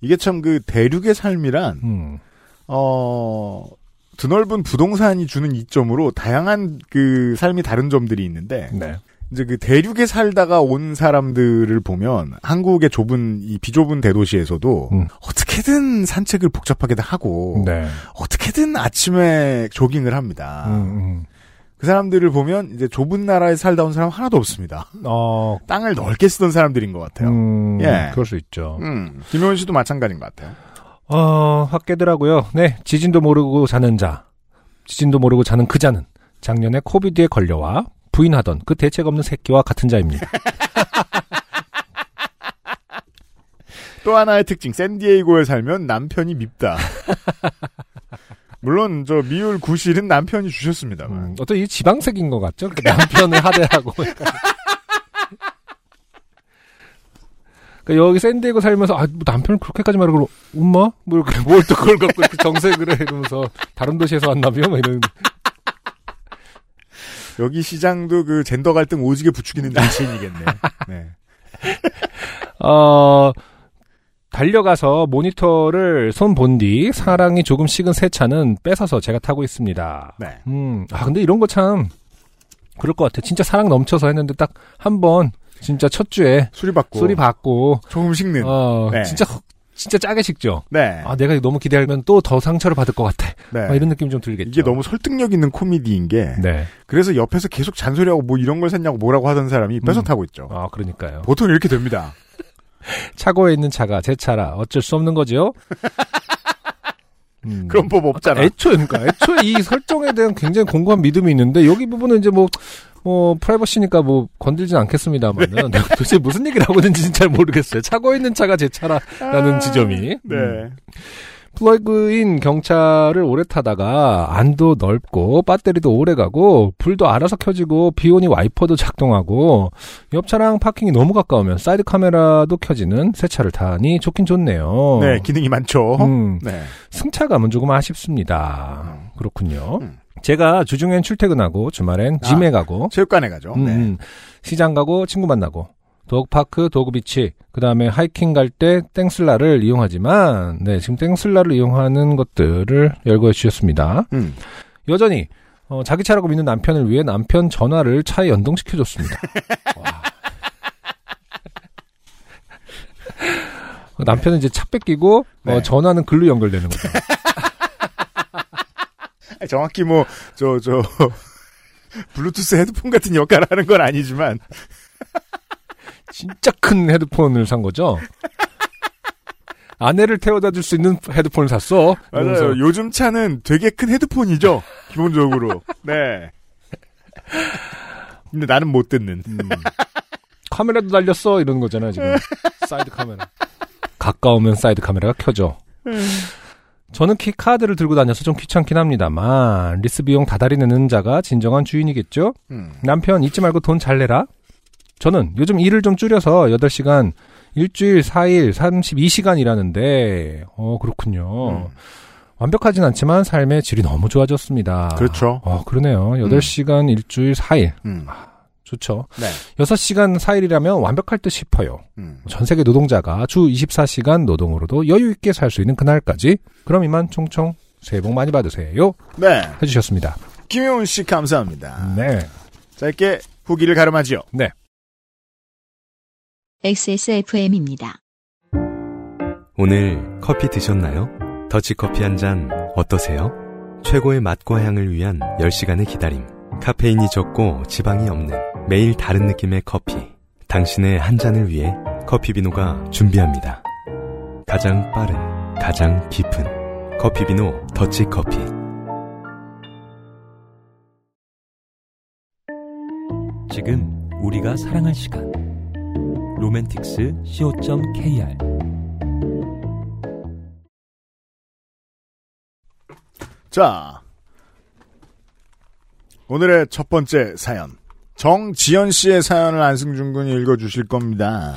이게 참 그 대륙의 삶이란
음,
어 드넓은 부동산이 주는 이점으로 다양한 그 삶이 다른 점들이 있는데
네.
이제 그 대륙에 살다가 온 사람들을 보면 한국의 좁은 이 비좁은 대도시에서도
음.
어떻게든 산책을 복잡하게 다 하고
네.
어떻게든 아침에 조깅을 합니다.
음,
그 사람들을 보면 이제 좁은 나라에 살다 온 사람 하나도 없습니다.
음. 어,
땅을 넓게 쓰던 사람들인 것 같아요.
음,
예.
그럴 수 있죠.
음. 김효은 씨도 마찬가지인 것 같아요.
어, 확 깨더라고요. 네, 지진도 모르고 자는 자. 지진도 모르고 자는 그 자는 작년에 코비드에 걸려와 부인하던 그 대책 없는 새끼와 같은 자입니다.
또 하나의 특징, 샌디에이고에 살면 남편이 밉다. 물론 저 미울 구실은 남편이 주셨습니다만.
음, 어떤 이 지방색인 것 같죠? 그 남편을 하대하고. 그러니까 여기 샌디에고 살면서 아, 뭐 남편을 그렇게까지 말하고 엄마? 뭐 뭘또 그걸 갖고 이렇게 정색을 해 이러면서 다른 도시에서 왔나봐요? 막 이런.
여기 시장도 그 젠더 갈등 오지게 부추기는 정치인이겠네. 네.
어, 달려가서 모니터를 손 본 뒤 사랑이 조금 식은 새 차는 뺏어서 제가 타고 있습니다.
네.
음, 아, 근데 이런 거 참 그럴 것 같아. 진짜 사랑 넘쳐서 했는데 딱 한 번, 진짜 첫 주에
수리 받고.
소리 받고.
조금 식는.
어,
네.
진짜, 허- 진짜 짜게 식죠?
네.
아, 내가 너무 기대하면 또 더 상처를 받을 것 같아.
네.
막 이런 느낌 좀 들겠죠.
이게 너무 설득력 있는 코미디인 게
네.
그래서 옆에서 계속 잔소리하고 뭐 이런 걸 샀냐고 뭐라고 하던 사람이 뺏어 타고 있죠.
아, 그러니까요.
보통 이렇게 됩니다.
차고에 있는 차가 제 차라 어쩔 수 없는 거지요? 음.
그런 법 없잖아.
애초에 그러니까 애초에 이 설정에 대한 굉장히 공고한 믿음이 있는데 여기 부분은 이제 뭐. 뭐 프라이버시니까 뭐 건들진 않겠습니다만은
네.
도대체 무슨 얘기를 하고 있는지는 잘 모르겠어요. 차고 있는 차가 제 차라라는 지점이
네.
음. 플러그인 경차를 오래 타다가 안도 넓고 배터리도 오래 가고 불도 알아서 켜지고 비오니 와이퍼도 작동하고 옆 차랑 파킹이 너무 가까우면 사이드 카메라도 켜지는 새 차를 타니 좋긴 좋네요.
네, 기능이 많죠.
어. 음.
네.
승차감은 조금 아쉽습니다. 그렇군요. 제가 주중엔 출퇴근하고 주말엔
아,
짐에 가고
체육관에 가죠.
음,
네.
음. 시장 가고 친구 만나고 도그파크, 도그비치, 그 다음에 하이킹 갈 때 땡슬라를 이용하지만 네 지금 땡슬라를 이용하는 것들을 열거해 주셨습니다.
음.
여전히 어, 자기 차라고 믿는 남편을 위해 남편 전화를 차에 연동시켜 줬습니다. 남편은 이제 차 뺏기고 어,
네.
전화는 글로 연결되는 거죠.
아니, 정확히 뭐, 저, 저, 블루투스 헤드폰 같은 역할을 하는 건 아니지만,
진짜 큰 헤드폰을 산 거죠. 아내를 태워다 줄 수 있는 헤드폰을 샀어.
맞아요.
이러면서
요즘 차는 되게 큰 헤드폰이죠. 기본적으로. 네. 근데 나는 못 듣는.
음. 카메라도 달렸어 이러는 거잖아요 지금 사이드 카메라 가까우면 사이드 카메라가 켜져
음.
저는 키 카드를 들고 다녀서 좀 귀찮긴 합니다만 리스 비용 다달이 내는 자가 진정한 주인이겠죠
음.
남편 잊지 말고 돈 잘 내라 저는 요즘 일을 좀 줄여서 8시간 일주일 4일 32시간 일하는데 어 그렇군요
음.
완벽하진 않지만 삶의 질이 너무 좋아졌습니다
그렇죠.
어 그러네요 8시간 일주일 4일
음.
좋죠
네.
6시간 4일이라면 완벽할 듯 싶어요
음.
전 세계 노동자가 주 24시간 노동으로도 여유 있게 살 수 있는 그날까지 그럼 이만 총총 새해 복 많이 받으세요
네.
해주셨습니다.
김효은 씨 감사합니다.
네.
짧게 후기를 가름하지요.
네.
XSFM입니다.
오늘 커피 드셨나요? 더치커피 한 잔 어떠세요? 최고의 맛과 향을 위한 10시간의 기다림. 카페인이 적고 지방이 없는 매일 다른 느낌의 커피. 당신의 한 잔을 위해 커피비노가 준비합니다. 가장 빠른, 가장 깊은 커피비노 더치커피.
지금 우리가 사랑할 시간 로맨틱스 co.kr
자. 오늘의 첫 번째 사연. 정지연 씨의 사연을 안승준 군이 읽어주실 겁니다.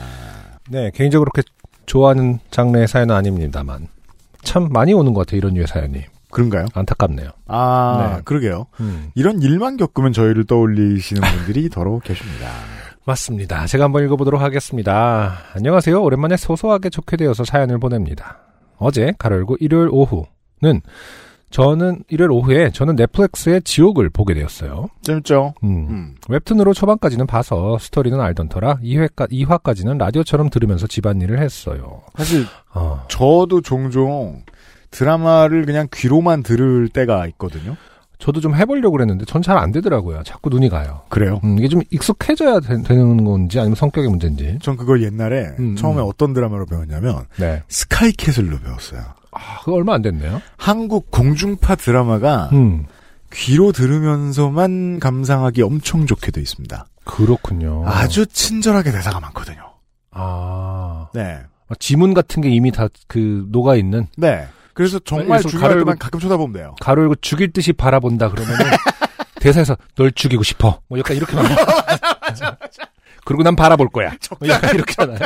네, 개인적으로 그렇게 좋아하는 장르의 사연은 아닙니다만 참 많이 오는 것 같아요. 이런 류의 사연이.
그런가요?
안타깝네요.
아,
네.
그러게요.
음.
이런 일만 겪으면 저희를 떠올리시는 분들이 더러 계십니다.
맞습니다. 제가 한번 읽어보도록 하겠습니다. 안녕하세요. 오랜만에 소소하게 좋게 되어서 사연을 보냅니다. 어제 가로 열고 일요일 오후는 저는 일요일 오후에 저는 넷플릭스의 지옥을 보게 되었어요.
재밌죠?
음.
음.
웹툰으로 터까지는 봐서 스토리는 알던 터라 2회까, 2화까지는 라디오처럼 들으면서 집안일을 했어요.
사실
어.
저도 종종 드라마를 그냥 귀로만 들을 때가 있거든요.
저도 좀 해보려고 그랬는데 전 잘 안 되더라고요. 자꾸 눈이 가요.
그래요?
음, 이게 좀 익숙해져야 되, 는 건지 아니면 성격의 문제인지.
전 그걸 옛날에
음,
처음에
음.
어떤 드라마로 배웠냐면
네.
스카이캐슬로 배웠어요.
아, 그거 얼마 안 됐네요.
한국 공중파 드라마가
음.
귀로 들으면서만 감상하기 엄청 좋게 돼 있습니다.
어. 그렇군요.
아주 친절하게 대사가 많거든요.
아.
네.
지문 같은 게 이미 다 그 녹아 있는.
네. 그래서 정말 중요할 때만 가끔 쳐다보면 돼요.
가로 열고 죽일 듯이 바라본다 그러면 은 대사에서 널 죽이고 싶어. 뭐 약간 이렇게 나와요. 그리고 난 바라볼 거야. 뭐 약간 이렇게 하나요?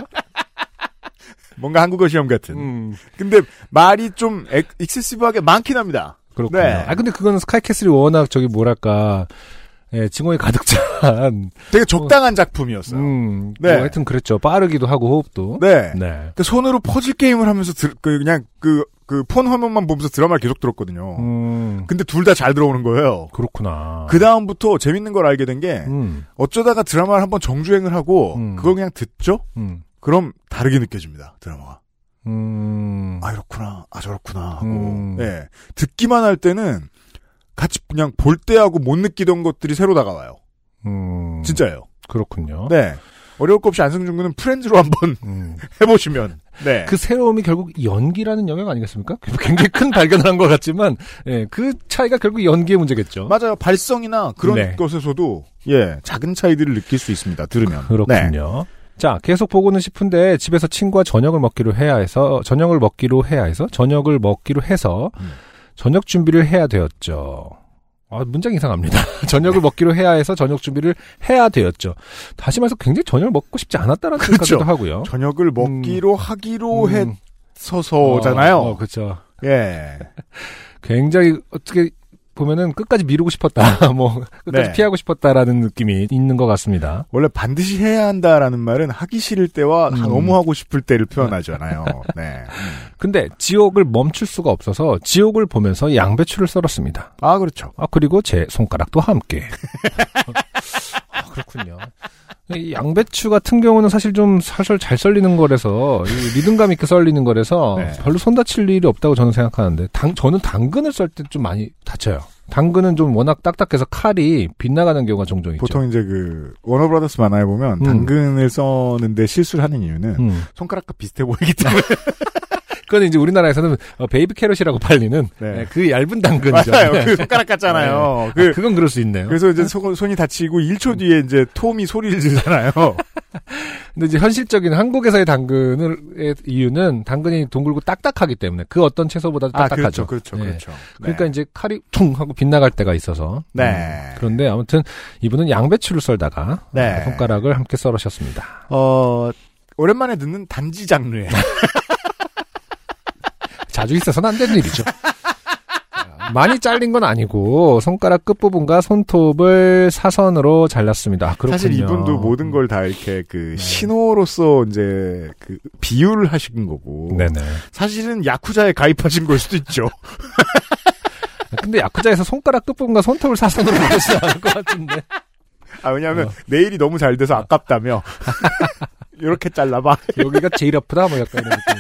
뭔가 한국어 시험 같은.
음.
근데 말이 좀 엑, 익세시브하게 많긴 합니다. 네.
그렇군요. 아 근데 그거는 스카이캐슬이 워낙 저기 뭐랄까 예, 증오에 가득 찬
되게 적당한 작품이었어요.
음,
그렇죠. 네.
뭐 하여튼 그랬죠. 빠르기도 하고 호흡도.
네.
네.
근데 손으로 퍼즐 게임을 하면서 들, 그 그냥 그 그 폰 화면만 보면서 드라마를 계속 들었거든요.
음.
근데 둘 다 잘 들어오는 거예요.
그렇구나.
그 다음부터 재밌는 걸 알게 된 게
음.
어쩌다가 드라마를 한번 정주행을 하고 그걸 그냥 듣죠.
음.
그럼 다르게 느껴집니다. 드라마가.
음.
아 이렇구나. 아 저렇구나. 하고
음.
예. 듣기만 할 때는 같이 그냥 볼 때하고 못 느끼던 것들이 새로 다가와요.
음.
진짜예요.
그렇군요. 음.
네. 어려울 것 없이 안승준 군은 프렌즈로 한번 해보시면. 네.
그 새로움이 결국 연기라는 영역 아니겠습니까? 굉장히 큰 발견을 한 것 같지만, 예, 그 차이가 결국 연기의 문제겠죠.
맞아요. 발성이나 그런
네.
것에서도 예 작은 차이들을 느낄 수 있습니다. 들으면 네.
그렇군요. 자, 계속 보고는 싶은데 집에서 친구와 저녁을 먹기로 해야 해서 저녁을 먹기로 해야 해서 저녁을 먹기로 해서
음.
저녁 준비를 해야 되었죠. 아, 문장 이상합니다.
네.
저녁을 먹기로 해야 해서 저녁 준비를 해야 되었죠. 다시 말해서 굉장히 저녁을 먹고 싶지 않았다라는
그렇죠.
생각도 하고요.
저녁을 먹기로
음.
하기로 했어서잖아요.
어, 어, 그렇죠.
예.
굉장히 어떻게 보면은 끝까지 미루고 싶었다. 뭐 끝까지
네.
피하고 싶었다라는 느낌이 있는 것 같습니다.
원래 반드시 해야 한다라는 말은 하기 싫을 때와
음.
하- 너무 하고 싶을 때를 표현하잖아요. 네.
근데 지옥을 멈출 수가 없어서 지옥을 보면서 양배추를 썰었습니다.
아 그렇죠.
아 그리고 제 손가락도 함께. 아, 그렇군요. 이 양배추 같은 경우는 사실 좀 살살 잘 썰리는 거라서 이 리듬감 있게 썰리는 거라서 별로 손 다칠 일이 없다고 저는 생각하는데 당, 저는 당근을 썰 때 좀 많이 다쳐요. 당근은 좀 워낙 딱딱해서 칼이 빗나가는 경우가 종종 있죠. 음.
보통 이제 그 워너브라더스 만화에 보면 당근을 써는데 실수를 하는 이유는 손가락과 비슷해 보이기 때문에
그건 이제 우리나라에서는 어, 베이비 캐럿이라고 팔리는 네, 그 얇은 당근이죠. 네.
맞아요. 그 손가락 같잖아요.
그, 건 그럴 수 있네요.
그래서 이제 손, 손이 다치고 1초 뒤에 이제 톰이 소리를 지르잖아요.
근데 이제 현실적인 한국에서의 당근의 이유는 당근이 동글고 딱딱하기 때문에 그 어떤 채소보다 도
아,
딱딱하죠.
그렇죠, 그렇죠,
네.
그렇죠.
그러니까 이제 칼이 퉁 하고 빗나갈 때가 있어서.
네.
음, 그런데 아무튼 이분은 양배추를 썰다가
네.
어, 손가락을 함께 썰으셨습니다.
어, 오랜만에 듣는 단지 장르에.
아, 자주 있어서는 안 되는 일이죠. 많이 잘린 건 아니고 손가락 끝부분과 손톱을 사선으로 잘랐습니다. 아, 그렇군요. 네.
사실 이분도 뭐 모든 걸 다 이렇게 그 신호로서 이제 그 비유를 하신 거고.
네네.
사실은 야쿠자에 가입하신 걸 수도 있죠.
근데 야쿠자에서 손가락 끝부분과 손톱을 사선으로 그러시지 않을 것 같은데.
아,
어.
왜냐하면 내일이 너무 잘 돼서 아깝다며. 이렇게 잘라봐.
여기가 제일 아프다 뭐 약간 이런 느낌.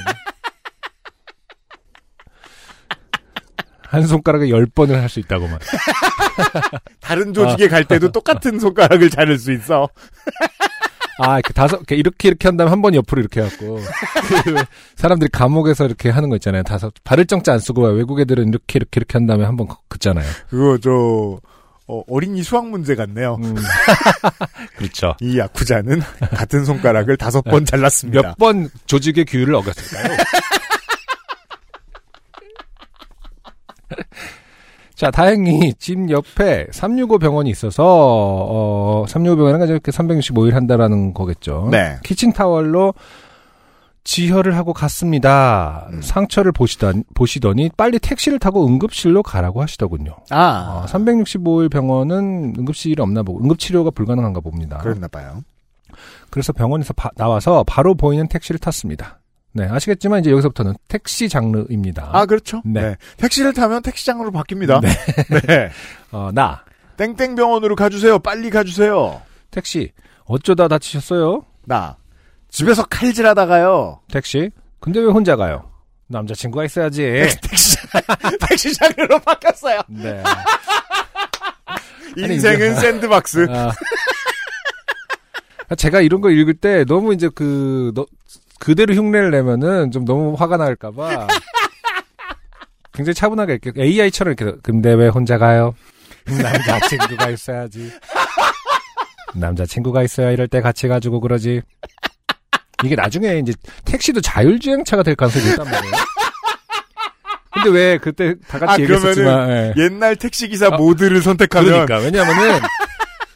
한 손가락에 열 번을 할 수 있다고만.
다른
어.
조직에 갈 때도 똑같은 손가락을 자를 수 있어.
아, 그 다섯 이렇게, 이렇게 이렇게 한 다음에 한 번 옆으로 이렇게 해갖고 그 사람들이 감옥에서 이렇게 하는 거 있잖아요. 다섯 발을 정자 안 쓰고 외국 애들은 이렇게 이렇게 이렇게 한 다음에 한 번 긋잖아요.
그거 저 어, 린이 수학 문제 같네요.
음. 그렇죠.
이 야쿠자는 같은 손가락을 다섯 번 잘랐습니다.
네. 몇 번 조직의 규율을 어겼을까요? 자, 다행히 집 옆에 365 병원이 있어서 어, 365 병원은 이렇게 365일 한다라는 거겠죠.
네.
키친 타월로 지혈을 하고 갔습니다. 상처를 보시던, 보시더니 빨리 택시를 타고 응급실로 가라고 하시더군요.
아.
어, 365일 병원은 응급실이 없나 보고 응급치료가 불가능한가 봅니다.
그랬나 봐요.
그래서 병원에서 바- 나와서 바로 보이는 택시를 탔습니다. 네, 아시겠지만 이제 여기서부터는 택시 장르입니다.
아, 그렇죠.
네.
택시를 타면 택시장으로 바뀝니다. 네.
어, 나.
땡땡 병원으로 가주세요. 빨리 가주세요.
택시. 어쩌다 다치셨어요?
나. 집에서 칼질하다가요.
택시. 근데 왜 혼자 가요? 남자친구가 있어야지.
택시, 택시 장르로 바뀌었어요.
네. 아니,
인생은
이제-
샌드박스.
아. 제가 이런 거 읽을 때 너무 이제 그, 너- 그대로 흉내를 내면은 좀 너무 화가 날까봐. 굉장히 차분하게 이렇게 AI처럼 이렇게 근데 왜 혼자 가요? 남자친구가 있어야지. 남자친구가 있어야 이럴 때 같이 가지고 그러지. 이게 나중에 이제 택시도 자율주행차가 될 가능성이 있단 말이에요. 근데 왜 그때 다 같이
아,
얘기했었지만 예.
그러면은 옛날 택시기사 모드를 선택하면
아, 그러니까 왜냐하면은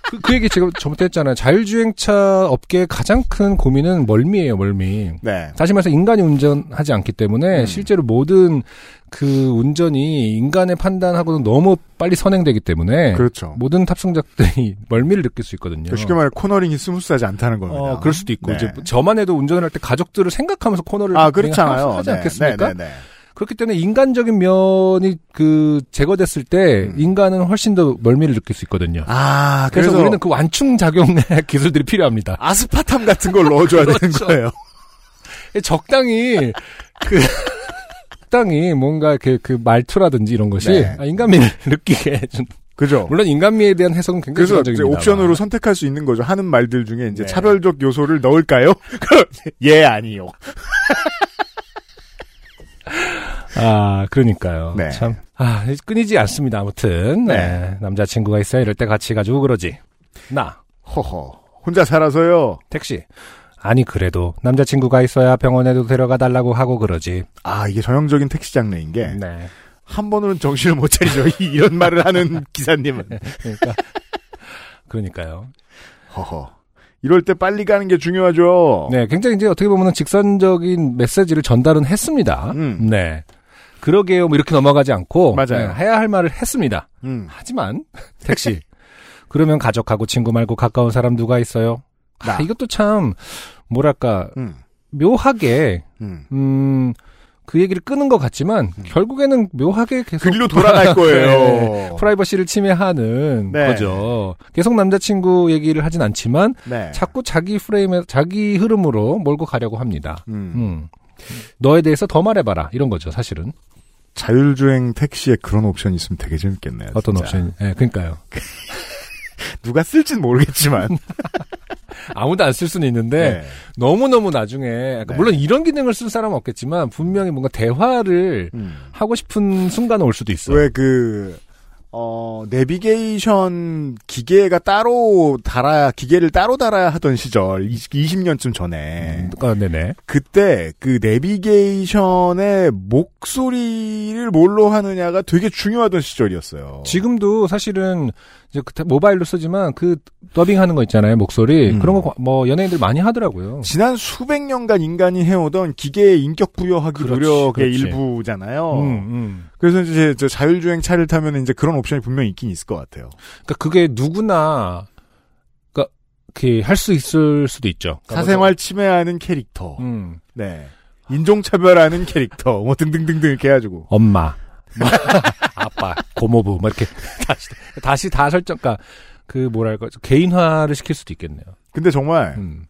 그, 그 얘기 제가 저부터 했잖아요. 자율주행차 업계의 가장 큰 고민은 멀미예요, 멀미.
네.
다시 말해서 인간이 운전하지 않기
음.
때문에 실제로 모든 그 운전이 인간의 판단하고는 너무 빨리 선행되기 때문에
그렇죠. 그
모든 탑승자들이 멀미를 느낄 수 있거든요.
쉽게 말해 코너링이 스무스하지 않다는 겁니다.
어, 그럴 수도 있고
네.
이제 저만 해도 운전을 할 때 가족들을 생각하면서 코너를
아, 그렇잖아요.
하지
네,
않겠습니까?
네, 네, 네.
그렇기 때문에 인간적인 면이 그 제거됐을 때
음.
인간은 훨씬 더 멀미를 느낄 수 있거든요.
아,
그래서,
그래서-
우리는 그 완충 작용의 기술들이 필요합니다.
아스파탐 같은 걸 넣어줘야
그렇죠.
되는 거예요.
적당히 그 적당히 뭔가 이렇게 그 말투라든지 이런 것이
네.
아, 인간미를 느끼게 해준.
그죠.
물론 인간미에 대한 해석은 굉장히
그래서 이제
주관적입니다.
옵션으로 선택할 수 있는 거죠. 하는 말들 중에 이제 차별적 요소를 넣을까요? 그럼 이제 예 아니요.
아, 그러니까요.
네.
참. 아, 끊이지 않습니다. 아무튼. 네. 남자친구가 있어야 이럴 때 같이 가지고 그러지. 나.
허허. 혼자 살아서요.
택시. 아니, 그래도 남자친구가 있어야 병원에도 데려가 달라고 하고 그러지.
아, 이게 전형적인 택시 장르인
네.
게. 한 번은 정신을 못 차리죠. 이- 이런 말을 하는 기사님은.
그러니까. 그러니까요.
허허. 이럴 때 빨리 가는 게 중요하죠.
네, 굉장히 이제 어떻게 보면 직선적인 메시지를 전달은 했습니다. 네. 그러게요. 뭐 이렇게 넘어가지 않고.
음. 맞아요.
네, 해야 할 말을 했습니다.
음.
하지만 택시. 그러면 가족하고 친구 말고 가까운 사람 누가 있어요? 아, 이것도 참 뭐랄까 묘하게
음.
그 얘기를 끄는 것 같지만 결국에는 묘하게 계속 네,
그 길로 음. 돌아갈 거예요.
프라이버시를 침해하는
네.
거죠. 계속 남자친구 얘기를 하진 않지만
네.
자꾸 자기 프레임에 자기 흐름으로 몰고 가려고 합니다. 음. 너에 대해서 더 말해봐라 이런 거죠 사실은.
자율주행 택시에 그런 옵션이 있으면 되게 재밌겠네요.
어떤 옵션이- 예, 그러니까요.
누가 쓸진 모르겠지만.
아무도 안 쓸 수는 있는데
네.
너무너무 나중에 그러니까 물론 이런 기능을 쓸 사람은 없겠지만 분명히 뭔가 대화를 하고 싶은 순간은 올 수도 있어요.
음. 왜 그, 어, 내비게이션 기계가 따로 달아야, 기계를 따로 달아야 하던 시절, 20, 년쯤 전에.
아, 네네.
그때 그 내비게이션의 목소리를 뭘로 하느냐가 되게 중요하던 시절이었어요.
지금도 사실은 이제 그 모바일로 쓰지만 그 더빙하는 거 있잖아요 목소리
음.
그런 거 뭐 연예인들 많이 하더라고요.
지난 수백 년간 인간이 해오던 기계의 인격 부여하기
그렇지,
노력의
그렇지.
일부잖아요.
음, 음.
그래서 이제 저 자율주행 차를 타면 이제 그런 옵션이 분명히 있긴 있을 것 같아요.
그러니까 그게 누구나 그러니까 이렇게 할 수 있을 수도 있죠. 그러니까
사생활 침해하는 캐릭터.
음.
네. 인종차별하는 캐릭터. 뭐 등등등등 이렇게 해가지고.
엄마,
뭐
아빠, 고모부 뭐 이렇게 다시 다시 다 설정 그러니까 그 뭐랄까 개인화를 시킬 수도 있겠네요.
근데 정말
음.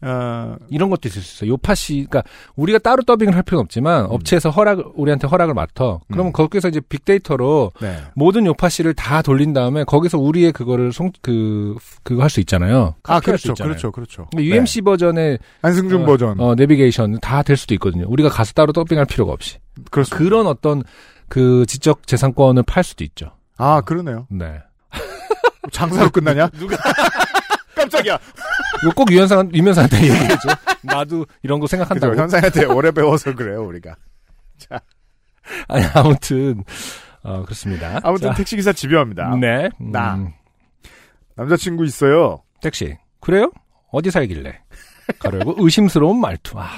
아,
이런 것도 있을 수 있어요. 요파 씨, 그러니까 우리가 따로 더빙을 할 필요는
음.
없지만 업체에서 허락을 우리한테 허락을 맡아. 그러면 거기서 이제 빅데이터로
네.
모든 요파 씨를 다 돌린 다음에 거기서 우리의 그거를 송, 그 그거 할 수 있잖아요.
아,
카피할 수
그렇죠.
있잖아요.
그렇죠. 그렇죠.
근데 UMC 버전의
안승준
어,
버전.
어, 내비게이션 다 될 수도 있거든요. 우리가 가서 따로 더빙할 필요가 없이.
그렇습니다.
그런 어떤 그 지적 재산권을 팔 수도 있죠.
아, 그러네요.
네.
장사로 끝나냐? 누가? 깜짝이야.
이거 꼭 유현상 유면상한테 얘기해줘. 나도 이런 거 생각한다고.
그죠. 현상한테 오래 배워서 그래요, 우리가. 자.
아니 아무튼 어, 그렇습니다.
아무튼
자,
택시기사 집요합니다.
네.
나. 남자친구 있어요.
택시. 그래요? 어디 살길래? 가려고 의심스러운 말투. 아,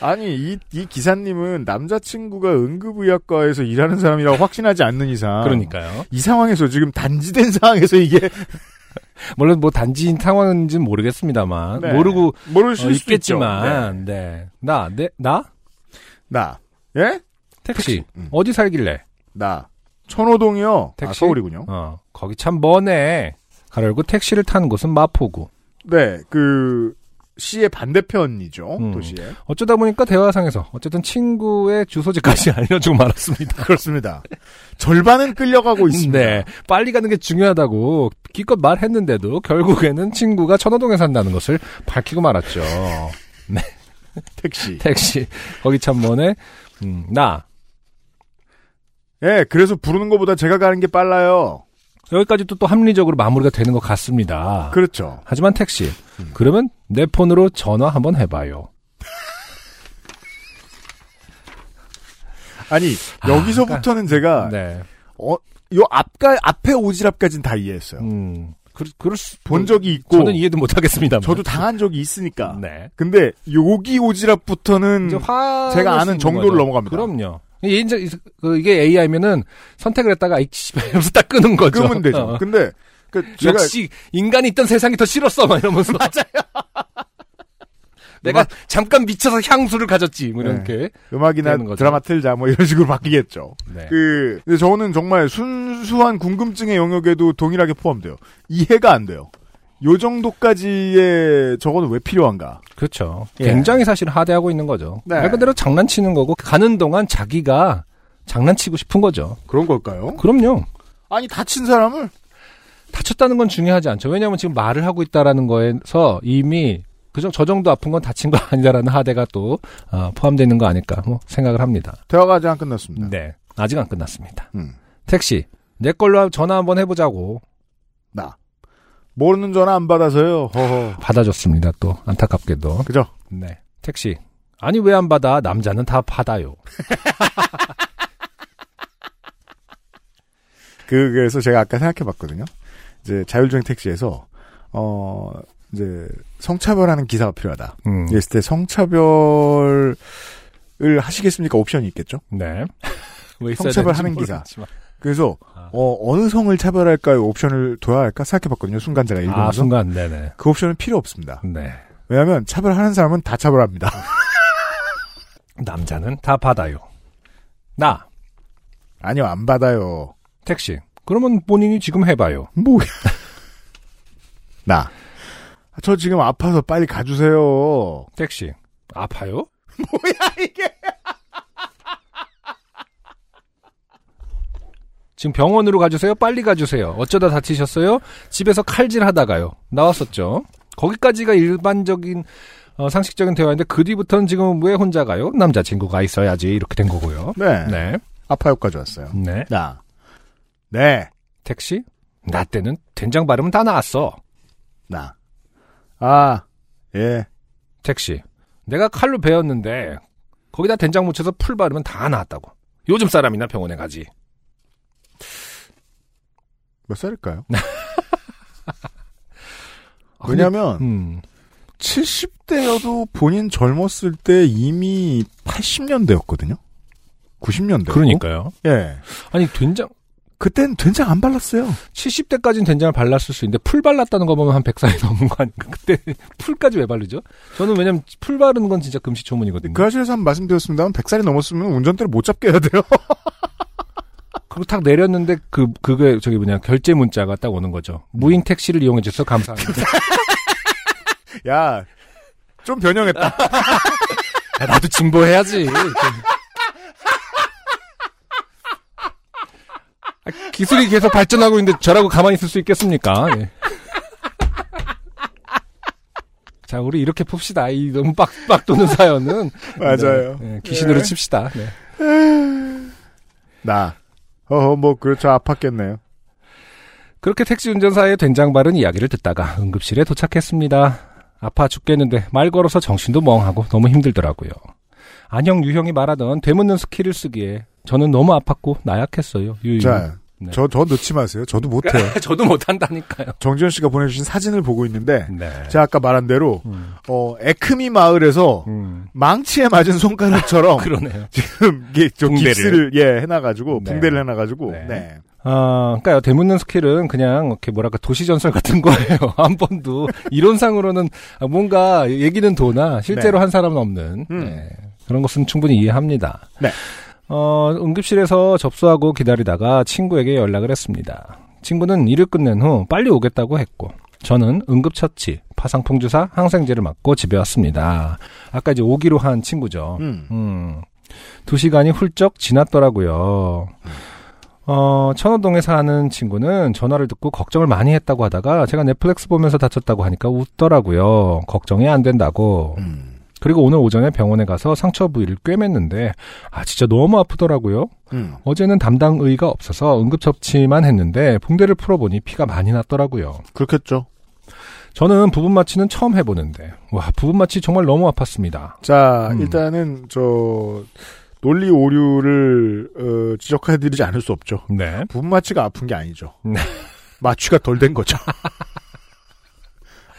아니, 이, 이 기사님은 남자친구가 응급의학과에서 일하는 사람이라고 확신하지 않는 이상.
그러니까요.
이 상황에서 지금 단지된 상황에서 이게.
물론 뭐 단지인 상황인지는 아, 모르겠습니다만
네.
모르고 어,
모를 수도
있겠지만
있죠.
네. 나, 내, 나?
네. 나. 예?
택시.
음.
어디 살길래?
나. 천호동이요.
택시?
아, 서울이군요.
어. 거기 참 머네. 가려고 택시를 탄 곳은 마포구.
네, 그, 시의 반대편이죠,
음.
도시에.
어쩌다 보니까 대화상에서 어쨌든 친구의 주소지까지 알려주고 말았습니다.
그렇습니다. 절반은 끌려가고 있습니다.
네. 빨리 가는 게 중요하다고 기껏 말했는데도 결국에는 친구가 천호동에 산다는 것을 밝히고 말았죠. 네.
택시.
택시. 거기 참 뭐네. 음, 나.
예, 그래서 부르는 것보다 제가 가는 게 빨라요.
여기까지도 또 합리적으로 마무리가 되는 것 같습니다.
그렇죠.
하지만 택시.
음.
그러면 내 폰으로 전화 한번 해봐요.
아니
그러니까.
여기서부터는
네.
제가 어, 요 앞가 앞에 오지랖까지는 다 이해했어요.
그, 그럴 수,
본 적이 있고
저는 이해도 못하겠습니다.
저도 당한 적이 있으니까.
네.
근데 여기 오지랖부터는
음.
제가 아는 정도를 넘어갑니다.
그럼요. 이게 이제 그 이게 AI면은 선택을 했다가 이씨 이러면서 딱 끄는 거죠. 어.
끄면 되죠. 근데 그 제가-
역시 인간이 있던 세상이 더 싫었어 막 이러면서 맞아요. 내가 잠깐 미쳐서 향수를 가졌지 뭐 이렇게
네. 음악이나
되는 거죠.
드라마 틀자 뭐 이런 식으로 바뀌겠죠.
네.
그 근데 저는 정말 순수한 궁금증의 영역에도 동일하게 포함돼요. 이해가 안 돼요. 요 정도까지의 저거는 왜 필요한가?
그렇죠.
예.
굉장히 사실 하대하고 있는 거죠.
네.
말 그대로 장난치는 거고 가는 동안 자기가 장난치고 싶은 거죠.
그런 걸까요?
그럼요.
아니 다친 사람을
다쳤다는 건 중요하지 않죠. 왜냐하면 지금 말을 하고 있다라는 거에서 이미 그저 저 정도 아픈 건 다친 거 아니다라는 하대가 또 어, 포함되어 있는 거 아닐까 뭐 생각을 합니다.
대화가 아직 안 끝났습니다. 음,
네, 아직 안 끝났습니다. 택시 내 걸로 전화 한번 해보자고.
나 모르는 전화 안 받아서요. 허허.
받아줬습니다. 또 안타깝게도.
그죠?
네. 택시. 아니 왜 안 받아? 남자는 다 받아요.
그, 그래서 제가 아까 생각해 봤거든요. 이제 자율주행 택시에서, 어, 이제 성차별하는 기사가 필요하다.
음.
이랬을 때 성차별을 하시겠습니까? 옵션이 있겠죠?
네. 왜 있어야
성차별하는
되는지
기사.
모르겠지만.
그래서,
아.
어, 어느 성을 차별할까요? 옵션을 둬야 할까? 생각해 봤거든요. 순간 제가 읽으면서.
아 순간 네네.
그 옵션은 필요 없습니다.
네.
왜냐하면 차별하는 사람은 다 차별합니다.
남자는 다 받아요. 나.
아니요, 안 받아요.
택시. 그러면 본인이 지금 해봐요.
뭐야. 나. 저 지금 아파서 빨리 가주세요.
택시. 아파요? 지금 병원으로 가주세요. 빨리 가주세요. 어쩌다 다치셨어요? 집에서 칼질 하다가요. 나왔었죠. 거기까지가 일반적인 어, 상식적인 대화인데 그 뒤부터는 지금 왜 혼자 가요? 남자친구가 있어야지 이렇게 된 거고요.
네.
네.
아파요까지 왔어요.
네.
나. 네.
택시. 나 때는 된장 발음 다 나왔어.
나. 아. 예.
택시. 내가 칼로 베었는데 거기다 된장 묻혀서 풀 바르면 다 나았다고. 요즘 사람이나 병원에 가지.
몇 살일까요?
아, 근데-
왜냐면,
음.
70대여도 본인 젊었을 때 이미 80년대였거든요? 90년대.
그러니까요.
예.
아니 된장
그땐 된장 안 발랐어요.
70대까지는 된장을 발랐을 수 있는데 풀 발랐다는 거 보면 한 100살이 넘은 거 아닌가. 그때 풀까지 왜 바르죠? 저는 왜냐면 풀 바르는 건 진짜 금시초문이거든요.
그 사실에서 한번 말씀드렸습니다만, 100살이 넘었으면 운전대를 못 잡게 해야 돼요.
그리고 탁 내렸는데 그 그게 저기 뭐냐 결제 문자가 딱 오는 거죠. 무인 택시를 이용해 주셔서 감사합니다.
야, 좀 변형했다.
야, 나도 진보해야지. 아, 기술이 계속 발전하고 있는데 저라고 가만히 있을 수 있겠습니까? 예. 자, 우리 이렇게 풉시다. 이 너무 빡빡 도는 사연은.
맞아요.
네, 예, 귀신으로
예.
칩시다. 네.
나. 어허, 뭐, 그렇죠. 아팠겠네요.
음. 그렇게 택시 운전사의 된장 바른 이야기를 듣다가 응급실에 도착했습니다. 아파 죽겠는데 말 걸어서 정신도 멍하고 너무 힘들더라고요. 안형 유형이 말하던 되묻는 스킬을 쓰기에 저는 너무 아팠고 나약했어요. 유유.
자,
네.
저, 저 넣지 마세요. 저도 못해요.
저도 못한다니까요.
정지현 씨가 보내주신 사진을 보고 있는데,
네. 음.
제가 아까 말한 대로, 어, 에크미 마을에서 망치에 맞은 손가락처럼
그러네요.
지금 이게 좀
붕대를.
깁스를 예 해놔가지고
네.
붕대를 해놔가지고
네.
네.
아, 그러니까요. 대묻는 스킬은 그냥 이렇게 뭐랄까 도시 전설 같은 거예요. 한 번도 이론상으로는 뭔가 얘기는 도나 실제로
네.
한 사람은 없는
음.
네. 그런 것은 충분히 이해합니다.
네.
어, 응급실에서 접수하고 기다리다가 친구에게 연락을 했습니다. 친구는 일을 끝낸 후 빨리 오겠다고 했고 저는 응급처치, 파상풍 주사, 항생제를 맞고 집에 왔습니다. 아까 이제 오기로 한 친구죠.
음.
음. 두 시간이 훌쩍 지났더라고요. 어, 천호동에 사는 친구는 전화를 듣고 걱정을 많이 했다고 하다가 제가 넷플릭스 보면서 다쳤다고 하니까 웃더라고요. 걱정이 안 된다고. 그리고 오늘 오전에 병원에 가서 상처 부위를 꿰맸는데 아 진짜 너무 아프더라고요.
음.
어제는 담당 의가 없어서 응급 처치만 했는데 붕대를 풀어보니 피가 많이 났더라고요.
그렇겠죠.
저는 부분 마취는 처음 해보는데 와 부분 마취 정말 너무 아팠습니다.
자,
음.
일단은 저 논리 오류를 어, 지적해드리지 않을 수 없죠.
네.
부분 마취가 아픈 게 아니죠. 마취가 덜 된 거죠.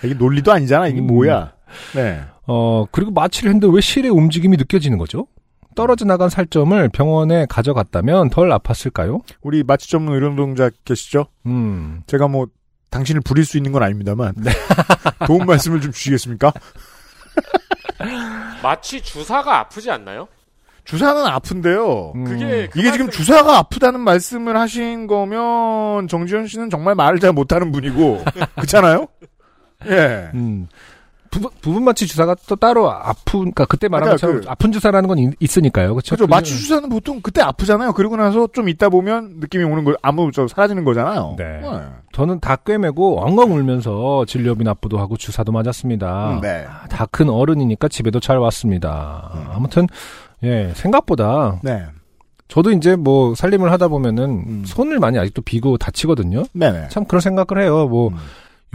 이게 논리도 아니잖아.
음.
이게 뭐야? 네.
어, 그리고 마취를 했는데 왜 실의 움직임이 느껴지는 거죠? 떨어져 나간 살점을 병원에 가져갔다면 덜 아팠을까요?
우리 마취 전문 의료 노동자 계시죠?
음.
제가 뭐 당신을 부릴 수 있는 건 아닙니다만
네.
도움 말씀을 좀 주시겠습니까?
마치 주사가 아프지 않나요?
주사는 아픈데요.
음,
네, 그게
이게 지금 주사가 아프다는 말씀을 하신 거면 정지현 씨는 정말 말을 잘 못하는 분이고 그렇잖아요. 예.
음. 부분, 부분 마취 주사가 또 따로 아픈, 그니까 그때 말한
그러니까
것처럼
그-
아픈 주사라는 건 있- 있으니까요. 그렇죠.
그죠. 마취 주사는 보통 그때 아프잖아요. 그리고 나서 좀 있다 보면 느낌이 오는 거 아무 저 사라지는 거잖아요.
네. 저는 다 꿰매고 엉엉 울면서 진료비 납부도 하고 주사도 맞았습니다.
음, 네. 음.
다 큰 어른이니까 집에도 잘 왔습니다. 아무튼 예 생각보다
네.
저도 이제 뭐 살림을 하다 보면은
음.
손을 많이 아직도 비고 다치거든요.
네네.
참 그런 생각을 해요. 뭐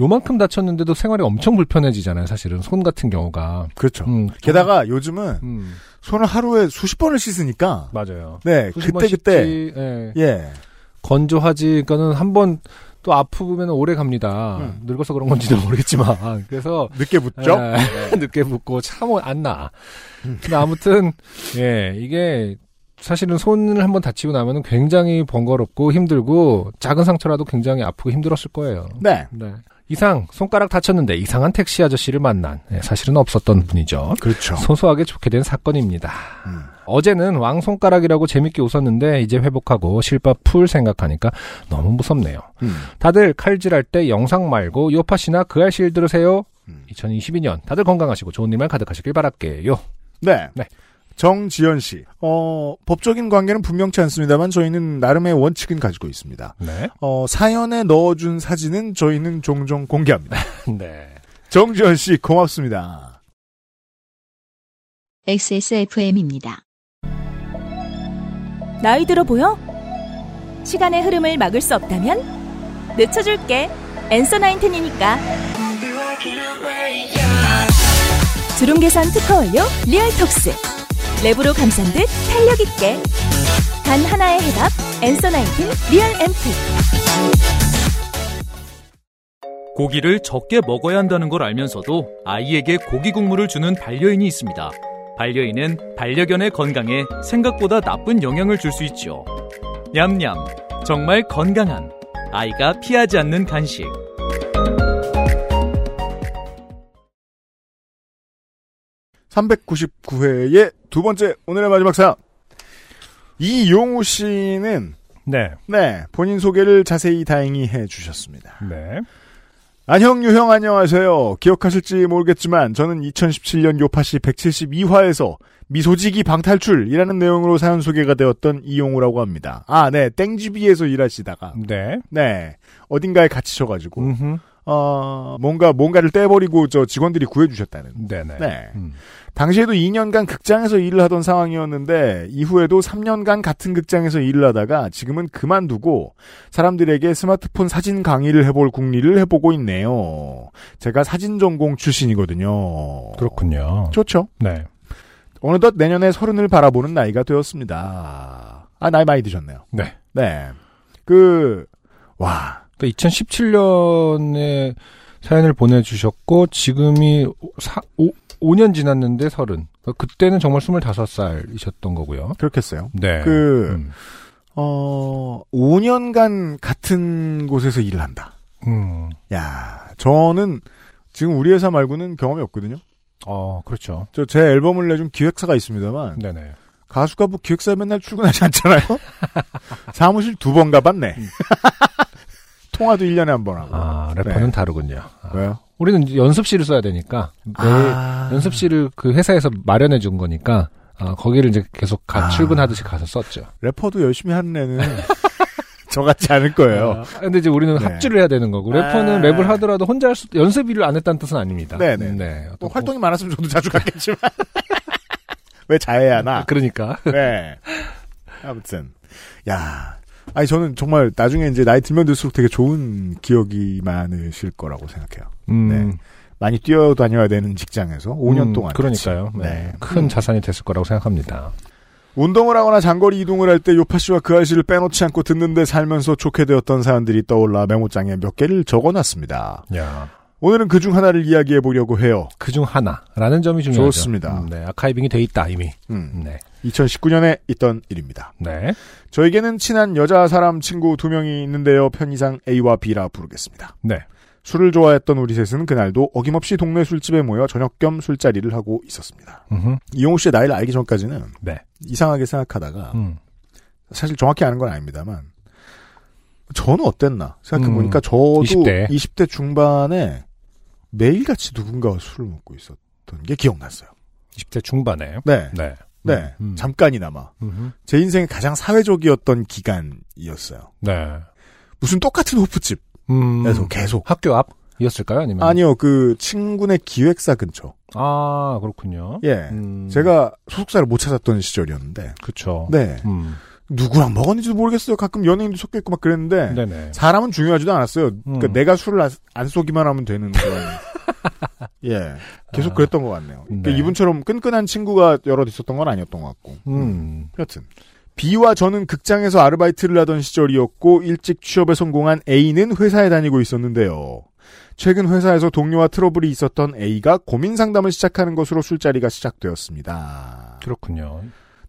요만큼 다쳤는데도 생활이 엄청 불편해지잖아요. 사실은 손 같은 경우가
그렇죠. 게다가 요즘은 손을 하루에 수십 번을 씻으니까
음, 맞아요.
네.
음. 수십
그때
번
그때
씻지, 예.
예.
건조하지 그러니까는 한 번 또 아프면 오래 갑니다. 늙어서 그런 건지도 모르겠지만 음. 그래서
늦게 붙죠?
예, 늦게 붙고 참 안 나. 근데 아무튼 예 이게 사실은 손을 한번 다치고 나면은 굉장히 번거롭고 힘들고 작은 상처라도 굉장히 아프고 힘들었을 거예요.
네.
이상 손가락 다쳤는데 이상한 택시 아저씨를 만난 예, 사실은 없었던 분이죠.
그렇죠.
소소하게 좋게 된 사건입니다. 어제는 왕 손가락이라고 재밌게 웃었는데 이제 회복하고 실밥 풀 생각하니까 너무 무섭네요.
음.
다들 칼질할 때 영상 말고 요파시나 그 알실 들으세요. 2022년 다들 건강하시고 좋은 일만 가득하시길 바랄게요.
네. 정지현 씨. 어, 법적인 관계는 분명치 않습니다만 저희는 나름의 원칙은 가지고 있습니다.
네.
어, 사연에 넣어준 사진은 저희는 종종 공개합니다.
네.
정지현 씨, 고맙습니다.
XSFM입니다. 나이 들어 보여? 시간의 흐름을 막을 수 없다면 늦춰줄게. 엔서 나인틴이니까. 주름 개선 특허 완료 리얼톡스. 랩으로 감싼 듯 탄력 있게. 단 하나의 해답. 엔서 나인틴 리얼 앰프.
고기를 적게 먹어야 한다는 걸 알면서도 아이에게 고기 국물을 주는 반려인이 있습니다. 반려인은 반려견의 건강에 생각보다 나쁜 영향을 줄 수 있죠. 냠냠. 정말 건강한 아이가 피하지 않는 간식.
삼 399회의 두 번째 오늘의 마지막 사연. 이용우 씨는
네.
네, 본인 소개를 자세히 다행히 해 주셨습니다.
네.
안형 유형 안녕하세요. 기억하실지 모르겠지만 저는 2017년 요파시 172화에서 미소지기 방탈출이라는 내용으로 사연 소개가 되었던 이용우라고 합니다. 아, 네. 땡지비에서 일하시다가
네.
네. 어딘가에 갇히셔 가지고
음.
어, 뭔가 뭔가를 떼버리고 저 직원들이 구해 주셨다는
네네.
네. 당시에도 2년간 극장에서 일을 하던 상황이었는데 이후에도 3년간 같은 극장에서 일을 하다가 지금은 그만두고 사람들에게 스마트폰 사진 강의를 해볼 궁리를 해보고 있네요. 제가 사진 전공 출신이거든요.
그렇군요.
좋죠.
네.
어느덧 내년에 서른을 바라보는 나이가 되었습니다. 아 나이 많이 드셨네요.
네.
네. 그 와.
또 2017년에 그러니까 사연을 보내주셨고 지금이 사, 오, 5년 지났는데 서른. 그러니까 그때는 정말 25살이셨던 거고요.
그렇겠어요.
네.
그 어, 5년간 같은 곳에서 일을 한다.
음.
야, 저는 지금 우리 회사 말고는 경험이 없거든요.
어, 그렇죠.
저 제 앨범을 내준 기획사가 있습니다만.
네네.
가수가 뭐 기획사에 맨날 출근하지 않잖아요. 사무실 두 번 가봤네. 통화도 1년에 한 번 하고. 네.
아, 래퍼는 다르군요. 아.
왜요?
우리는 이제 연습실을 써야 되니까 매일 연습실을 그 회사에서 마련해 준 거니까 아, 거기를 이제 계속 가- 출근하듯이 가서 썼죠.
래퍼도 열심히 하는 애는 저 같지 않을 거예요.
아, 근데 이제 우리는 합주를 해야 되는 거고 래퍼는
아.
랩을 하더라도 혼자 할 수, 연습일을 안 했다는 뜻은 아닙니다.
네네.
네.
뭐 활동이 많았으면 저도 자주 갔겠지만 왜 자해야 나?
그러니까.
네. 아무튼 야. 아니 저는 정말 나중에 이제 나이 들면 들수록 되게 좋은 기억이 많으실 거라고 생각해요.
음.
많이 뛰어다녀야 되는 직장에서 네, 5년
음,
동안
그러니까요.
같이.
네. 큰 자산이 됐을 거라고 생각합니다.
운동을 하거나 장거리 이동을 할 때 요파 씨와 그 아저씨를 빼놓지 않고 듣는데 살면서 좋게 되었던 사연들이 떠올라 메모장에 몇 개를 적어놨습니다.
야.
오늘은 그 중 하나를 이야기해 보려고 해요.
그 중 하나라는 점이 중요하죠.
좋습니다.
음, 네. 아카이빙이 돼 있다 이미.
음.
네.
2019년에 있던 일입니다.
네.
저에게는 친한 여자 사람 친구 두 명이 있는데요. 편의상 A와 B라 부르겠습니다.
네.
술을 좋아했던 우리 셋은 그날도 어김없이 동네 술집에 모여 저녁 겸 술자리를 하고 있었습니다.
음흠.
이용우 씨의 나이를 알기 전까지는
네.
이상하게 생각하다가
음.
사실 정확히 아는 건 아닙니다만 저는 어땠나 생각해 보니까
음,
저도
20대.
20대 중반에 매일같이 누군가와 술을 먹고 있었던 게 기억났어요.
20대 중반에.
네.
네.
네. 잠깐이나마.
음흠.
제 인생에 가장 사회적이었던 기간이었어요.
네.
무슨 똑같은 호프집에서
음.
계속.
학교 앞이었을까요? 아니면
아니요, 그 친구네 기획사 근처.
아, 그렇군요. 음,
예. 제가 소속사를 못 찾았던 시절이었는데.
그쵸.
네.
음.
누구랑 먹었는지도 모르겠어요. 가끔 연예인도 섞여 있고 막 그랬는데
네네.
사람은 중요하지도 않았어요. 그러니까
음.
내가 술을 안, 안 쏘기만 하면 되는 그런 예
아.
계속 그랬던 것 같네요. 그러니까 이분처럼 끈끈한 친구가 여럿 있었던 건 아니었던 것 같고
음.
여튼 B와 저는 극장에서 아르바이트를 하던 시절이었고 일찍 취업에 성공한 A는 회사에 다니고 있었는데요. 최근 회사에서 동료와 트러블이 있었던 A가 고민 상담을 시작하는 것으로 술자리가 시작되었습니다.
그렇군요.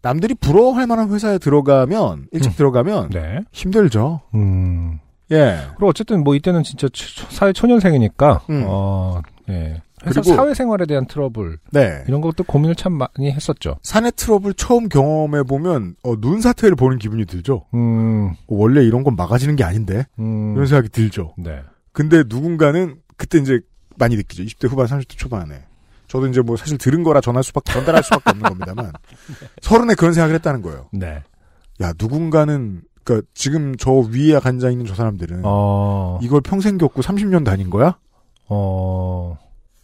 남들이 부러워할 만한 회사에 들어가면 일찍 들어가면
네.
힘들죠.
음.
예.
그리고 어쨌든 뭐 이때는 진짜 초- 초- 사회 초년생이니까 어, 예. 회사
음. 그리고-
사회생활에 대한 트러블
네.
이런 것도 고민을 참 많이 했었죠.
사내 트러블 처음 경험해 보면 어, 눈 사태를 보는 기분이 들죠. 어,
음.
원래 이런 건 막아지는 게 아닌데
음.
이런 생각이 들죠.
네.
근데 누군가는 그때 이제 많이 느끼죠. 20대 후반, 30대 초반에. 저도 이제 뭐 사실 들은 거라 전할 수밖에 전달할 수밖에 없는 겁니다만 서른에 그런 생각을 했다는 거예요.
네.
야 누군가는 그러니까 지금 저 위에 앉아 있는 저 사람들은
어.
이걸 평생 겪고 30년 다닌 거야?
어.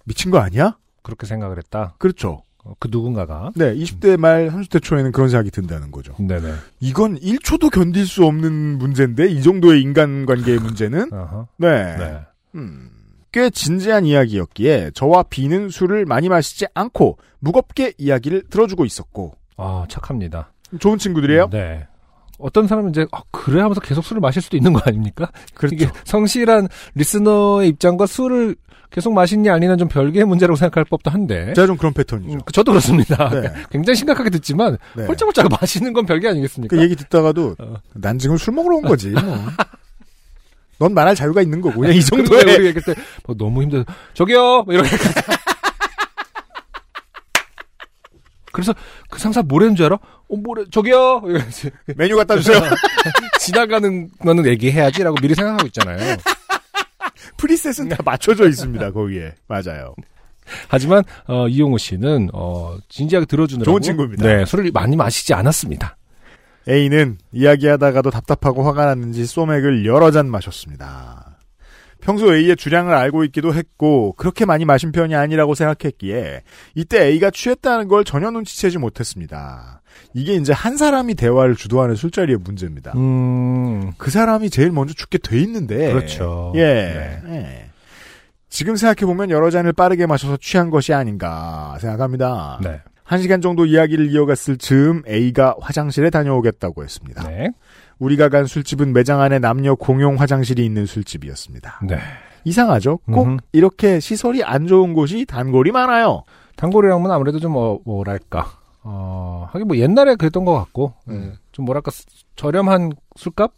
미친 거 아니야?
그렇게 생각을 했다.
그렇죠.
어, 그 누군가가
네, 20대 말 30대 초에는 그런 생각이 든다는 거죠.
네네.
이건 1초도 견딜 수 없는 문제인데 이 정도의 인간관계의 문제는 네. 음, 꽤 진지한 이야기였기에 저와 B는 술을 많이 마시지 않고 무겁게 이야기를 들어주고 있었고
아 착합니다.
좋은 친구들이에요.
네. 어떤 사람은 이제 아, 그래 하면서 계속 술을 마실 수도 있는 거 아닙니까? 그렇죠. 이게 성실한 리스너의 입장과 술을 계속 마시냐 아니냐 좀 별개의 문제라고 생각할 법도 한데.
제가 좀 그런 패턴이죠.
저도 음, 그렇습니다.
네.
굉장히 심각하게 듣지만
네.
홀짝홀짝 마시는 건 별개 아니겠습니까?
그 얘기 듣다가도 난 지금 술 먹으러 온 거지. 뭐. 넌 말할 자유가 있는 거고 그냥 이 정도의
그거예요, 우리 얘기할 때 뭐, 너무 힘들어. 저기요 뭐 이렇게. 그래서 그 상사 뭐라는 줄 알아? 어 뭐래 저기요 이러면서.
메뉴 갖다 주세요.
지나가는 거는 얘기해야지라고 미리 생각하고 있잖아요.
프리셋은 다 맞춰져 있습니다 거기에 맞아요.
하지만 어, 이용호 씨는 어, 진지하게 들어주느라고
좋은 친구입니다.
네, 술을 많이 마시지 않았습니다.
A는 이야기하다가도 답답하고 화가 났는지 소맥을 여러 잔 마셨습니다. 평소 A의 주량을 알고 있기도 했고 그렇게 많이 마신 편이 아니라고 생각했기에 이때 A가 취했다는 걸 전혀 눈치채지 못했습니다. 이게 이제 한 사람이 대화를 주도하는 술자리의 문제입니다.
음.
그 사람이 제일 먼저 죽게 돼 있는데
그렇죠.
예.
네.
예. 지금 생각해보면 여러 잔을 빠르게 마셔서 취한 것이 아닌가 생각합니다.
네.
한 시간 정도 이야기를 이어갔을 즈음 A가 화장실에 다녀오겠다고 했습니다.
네.
우리가 간 술집은 매장 안에 남녀 공용 화장실이 있는 술집이었습니다.
네.
이상하죠? 꼭
음흠.
이렇게 시설이 안 좋은 곳이 단골이 많아요.
단골이랑은 아무래도 좀 어, 뭐랄까 어, 하긴 뭐 옛날에 그랬던 것 같고
네.
예, 좀 뭐랄까 스- 저렴한 술값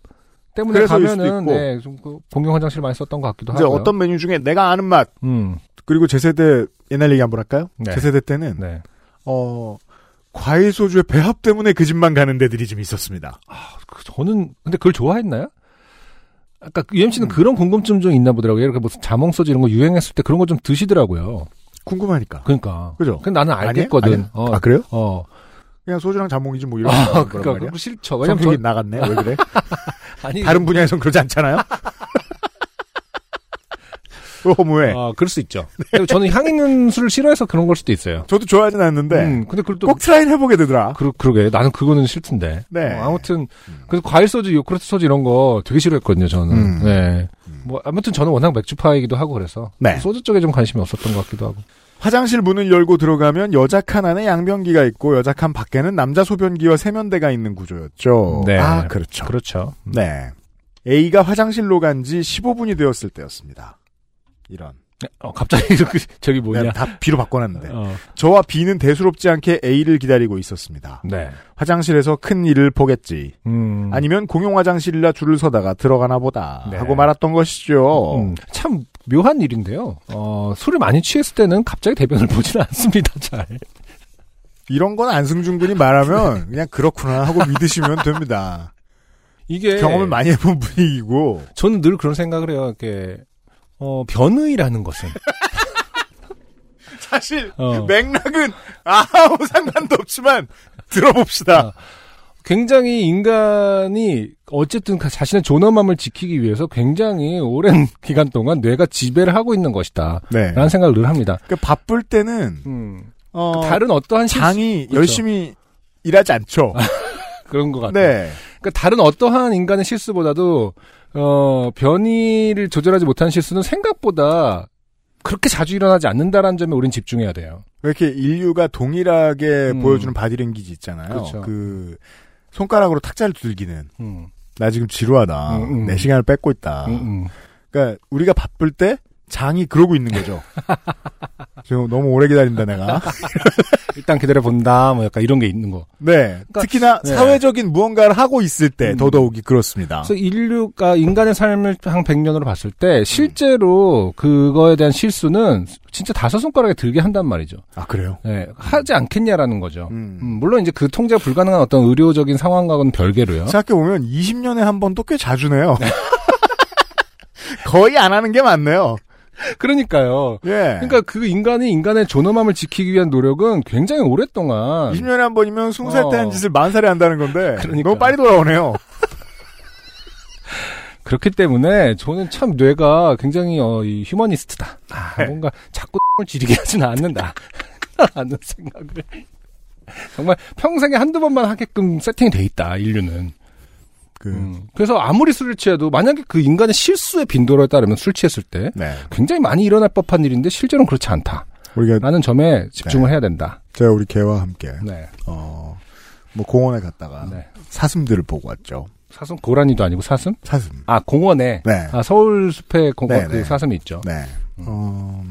때문에
그래서일 수도
가면은
있고.
네, 좀그 공용 화장실 많이 썼던 것 같기도
이제
하고요.
어떤 메뉴 중에 내가 아는 맛.
음.
그리고 제 세대 옛날 얘기 한번 할까요?
네.
제 세대 때는
네.
어 과일 소주의 배합 때문에 그 집만 가는 데들이 좀 있었습니다.
그 저는 근데 그걸 좋아했나요? 아까
음.
UMC는 그런 궁금증 좀 있나 보더라고요. 이렇게 무슨 자몽 소주 이런 거 유행했을 때 그런 거 좀 드시더라고요.
궁금하니까.
그러니까.
그죠?
근데 나는
아니에요?
알겠거든.
아니에요? 아, 그래요?
어.
그냥 소주랑 잔몽이지 뭐 이런
아,
거
그러니까
말이야.
그거 싫죠. 왜냐면 저-
성격이 나갔네. 왜 그래?
아니,
다른 분야에선 그러지 않잖아요. 왜 허무해.
아, 그럴 수 있죠. 근데 저는 향 있는 술을 싫어해서 그런 걸 수도 있어요.
저도 좋아하진 않는데.
근데 그걸
꼭 트라이를 해보게 되더라.
음, 그러, 그러게. 나는 그거는 싫던데.
네.
어, 아무튼, 그래서 과일 소주, 요크르트 소주 이런 거 되게 싫어했거든요, 저는.
음.
네. 뭐, 아무튼 저는 워낙 맥주파이기도 하고 그래서.
네.
소주 쪽에 좀 관심이 없었던 것 같기도 하고.
화장실 문을 열고 들어가면 여자 칸 안에 양변기가 있고 여자 칸 밖에는 남자 소변기와 세면대가 있는 구조였죠.
네.
아, 그렇죠.
그렇죠.
네. A가 화장실로 간 지 15분이 되었을 때였습니다. 이런.
어, 갑자기 이렇게 저기 뭐냐. 어.
네, 다 B로 바꿔놨는데. 저와 B는 대수롭지 않게 A를 기다리고 있었습니다.
네.
화장실에서 큰 일을 보겠지.
음. 네.
아니면 공용 화장실이라 줄을 서다가 들어가나 보다 하고 말았던 것이죠.
음. 참 묘한 일인데요. 어, 술을 많이 취했을 때는 갑자기 대변을 보지는 않습니다, 잘.
이런 건 안승준 군이 말하면 그냥 그렇구나 하고 믿으시면 됩니다.
이게
경험을 많이 해본 분위기고
저는 늘 그런 생각을 해요. 이렇게 어, 변의라는 것은
사실
어.
맥락은 아무 상관도 없지만 들어봅시다.
굉장히 인간이 어쨌든 그 자신의 존엄함을 지키기 위해서 굉장히 오랜 기간 동안 뇌가 지배를 하고 있는 것이다.
네.
라는 생각을 늘 합니다.
그러니까 바쁠 때는 어,
다른 어떠한 실수-
장이
그렇죠. 아,
열심히 일하지 않죠. 네.
그런 것 같아요. 그러니까 다른 어떠한 인간의 실수보다도 어, 변이를 조절하지 못한 실수는 생각보다 그렇게 자주 일어나지 않는다라는 점에 우린 집중해야 돼요.
왜 이렇게 인류가 동일하게
음.
보여주는 바디랭귀지 있잖아요.
그렇죠.
그 손가락으로 탁자를 두들기는
음.
나 지금 지루하다.
음, 음.
내 시간을 뺏고 있다.
아.
그러니까 우리가 바쁠 때 장이 그러고 있는 거죠. 지금 너무 오래 기다린다 내가.
그러니까 일단 기다려 본다. 뭐 약간 이런 게 있는 거.
네. 특히나
네. 음.
사회적인 무언가를 하고 있을 때 더더욱이 그렇습니다.
그래서 인류가 인간의 삶을 한 100년으로 봤을 때 실제로 그거에 대한 실수는 진짜 다섯 손가락에 들게 한단 말이죠.
아 그래요?
네, 하지 않겠냐라는 거죠. 음, 물론 이제 그 통제가 불가능한 어떤 의료적인 상황과는 별개로요.
어? 생각해보면 20년에 한 번도 꽤 자주네요. 거의 안 하는 게 많네요.
그러니까요.
예.
그러니까 그 인간이 인간의 존엄함을 지키기 위한 노력은 굉장히 오랫동안
20년에 한 번이면 20살 때 한
어.
짓을 40살에 한다는 건데 너무 빨리 돌아오네요.
그렇기 때문에 저는 참 뇌가 굉장히 어, 이 휴머니스트다.
네.
아, 뭔가 자꾸 을 지르게 하진 않는다. 하는 생각을 정말 평생에 한두 번만 하게끔 세팅이 돼 있다 인류는.
그.
래서 아무리 술을 취해도 만약에 그 인간의 실수의 빈도에 따르면 술 취했을 때 굉장히 많이 일어날 법한 일인데 실제로는 그렇지 않다.
우리가
라는 점에
네.
집중을 해야 된다.
제가 우리 개와 함께
아. 네.
어, 뭐 공원에 갔다가 사슴들을 보고 왔죠.
사슴 고라니도 아니고 사슴?
사슴.
아 공원에.
네.
아 음. 서울 숲에 공
네,
그
네.
사슴이 있죠.
네. 어,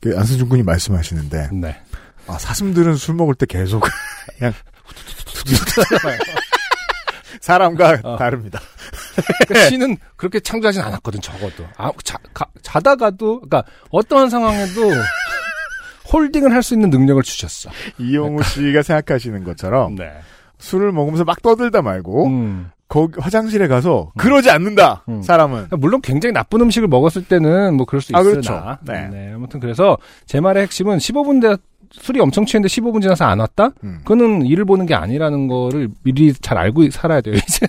그 안승준 군이
네.
말씀하시는데 아, 사슴들은 술 먹을 때 계속 그냥 사람과 다릅니다.
그러니까
예.
시는 그렇게 창조하진 않았거든 적어도 아, 자, 다가도 그러니까 어떠한 상황에도 홀딩을 할 수 있는 능력을 주셨어.
이용우 씨가 생각하시는 것처럼
네.
술을 먹으면서 막 떠들다
어?
말고
그러니까
거기 화장실에 가서 그러지 않는다 사람은
물론 굉장히 나쁜 음식을 먹었을 때는 뭐 그럴 수
아,
있으나
그렇죠. 네.
아무튼 그래서 제 말의 핵심은 15분 대 술이 엄청 취했는데 15분 지나서 안 왔다?
음.
그거는 일을 보는 게 아니라는 거를 미리 잘 알고 살아야 돼요 이제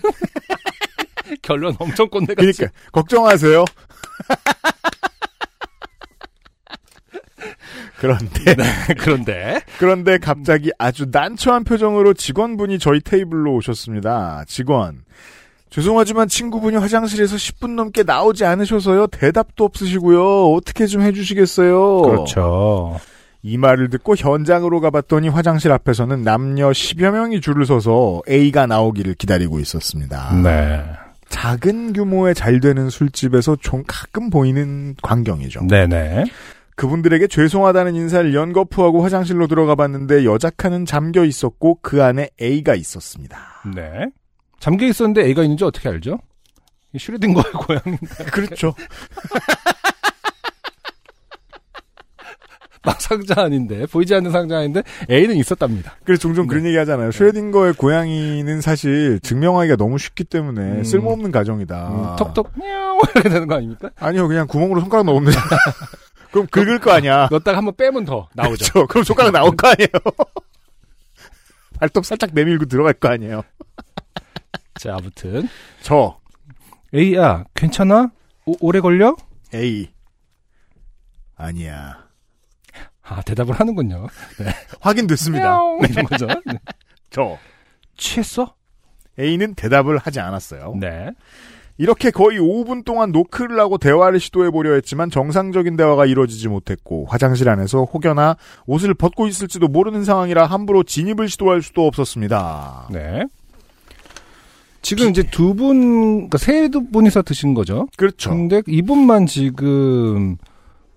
결론 엄청 꼰대같이
그러니까 걱정하세요. 예, 그런데
그런데
그런데 갑자기 아주 난처한 표정으로 직원분이 저희 테이블로 오셨습니다. 직원 죄송하지만 친구분이 화장실에서 10분 넘게 나오지 않으셔서요 대답도 없으시고요 어떻게 좀 해주시겠어요?
그렇죠.
이 말을 듣고 현장으로 가봤더니 화장실 앞에서는 남녀 10여 명이 줄을 서서 A가 나오기를 기다리고 있었습니다.
네.
작은 규모의 잘 되는 술집에서 좀 가끔 보이는 광경이죠.
네네.
그분들에게 죄송하다는 인사를 연거푸하고 화장실로 들어가 봤는데 여자 칸은 잠겨 있었고 그 안에 A가 있었습니다.
네. 잠겨 있었는데 애가 있는지 어떻게 알죠? 이 슈레딩거의 고양이.
그렇죠.
막 상자 아닌데 보이지 않는 상자 아닌데 A는 있었답니다.
그래서 종종 그런 얘기 하잖아요. 슈레딩거의 고양이는 사실 증명하기가 너무 쉽기 때문에 쓸모없는 가정이다.
음, 톡톡 냐옹 이렇게 되는 거 아닙니까?
아니요, 그냥 구멍으로 손가락 넣으면 되잖아. 그럼 긁을 거 아니야. 그렇죠.
넣었다가 한번 빼면 더 나오죠.
그럼 손가락 나올 거 아니에요. 발톱 살짝 내밀고 들어갈 거 아니에요.
자, 아무튼.
저.
A야, 괜찮아? 오, 오래 걸려?
A. 아니야.
아, 대답을 하는군요. 네.
확인됐습니다.
네, 이런 거죠. 네.
저.
취했어?
A는 대답을 하지 않았어요.
네.
이렇게 거의 5분 동안 노크를 하고 대화를 시도해보려 했지만 정상적인 대화가 이루어지지 못했고 화장실 안에서 혹여나 옷을 벗고 있을지도 모르는 상황이라 함부로 진입을 시도할 수도 없었습니다.
네. 지금 이제 두 분, 그러니까 세 분이서 드신 거죠?
그렇죠.
근데 이분만 지금,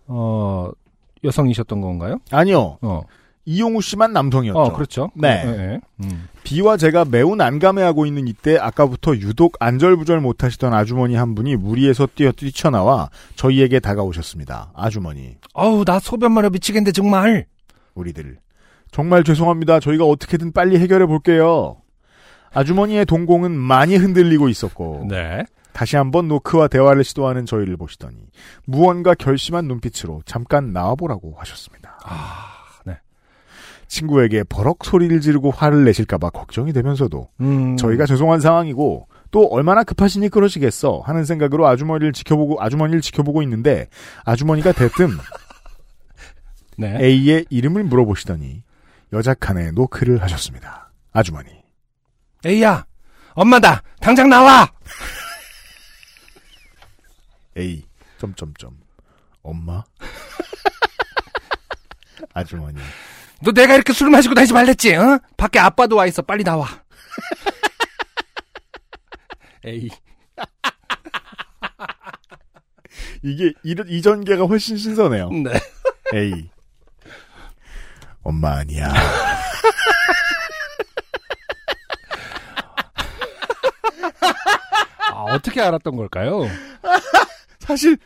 어, 여성이셨던 건가요?
아니요.
어.
이용우 씨만 남성이었죠.
어, 그렇죠.
네.
네, 네. 음.
B와 제가 매우 난감해하고 있는 이때 아까부터 유독 안절부절 못하시던 아주머니 한 분이 무리에서 뛰어 뛰쳐나와 저희에게 다가오셨습니다. 아주머니.
어우, 나 소변마려 미치겠는데, 정말.
우리들. 정말 죄송합니다. 저희가 어떻게든 빨리 해결해 볼게요. 아주머니의 동공은 많이 흔들리고 있었고.
네.
다시 한번 노크와 대화를 시도하는 저희를 보시더니 무언가 결심한 눈빛으로 잠깐 나와보라고 하셨습니다.
네.
친구에게 버럭 소리를 지르고 화를 내실까봐 걱정이 되면서도
음.
저희가 죄송한 상황이고 또 얼마나 급하시니 그러시겠어 하는 생각으로 아주머니를 지켜보고 아주머니를 지켜보고 있는데 아주머니가 대뜸
네.
A의 이름을 물어보시더니 여자 칸에 노크를 하셨습니다. 아주머니.
A야, 엄마다! 당장 나와!
A. 점점점. 엄마? 아주머니.
너 내가 이렇게 술을 마시고 다니지 말랬지, 어? 밖에 아빠도 와 있어. 빨리 나와. 에이.
이게 이런 이전개가 훨씬 신선해요.
네.
A. 엄마 아니야.
아, 어떻게 알았던 걸까요?
사실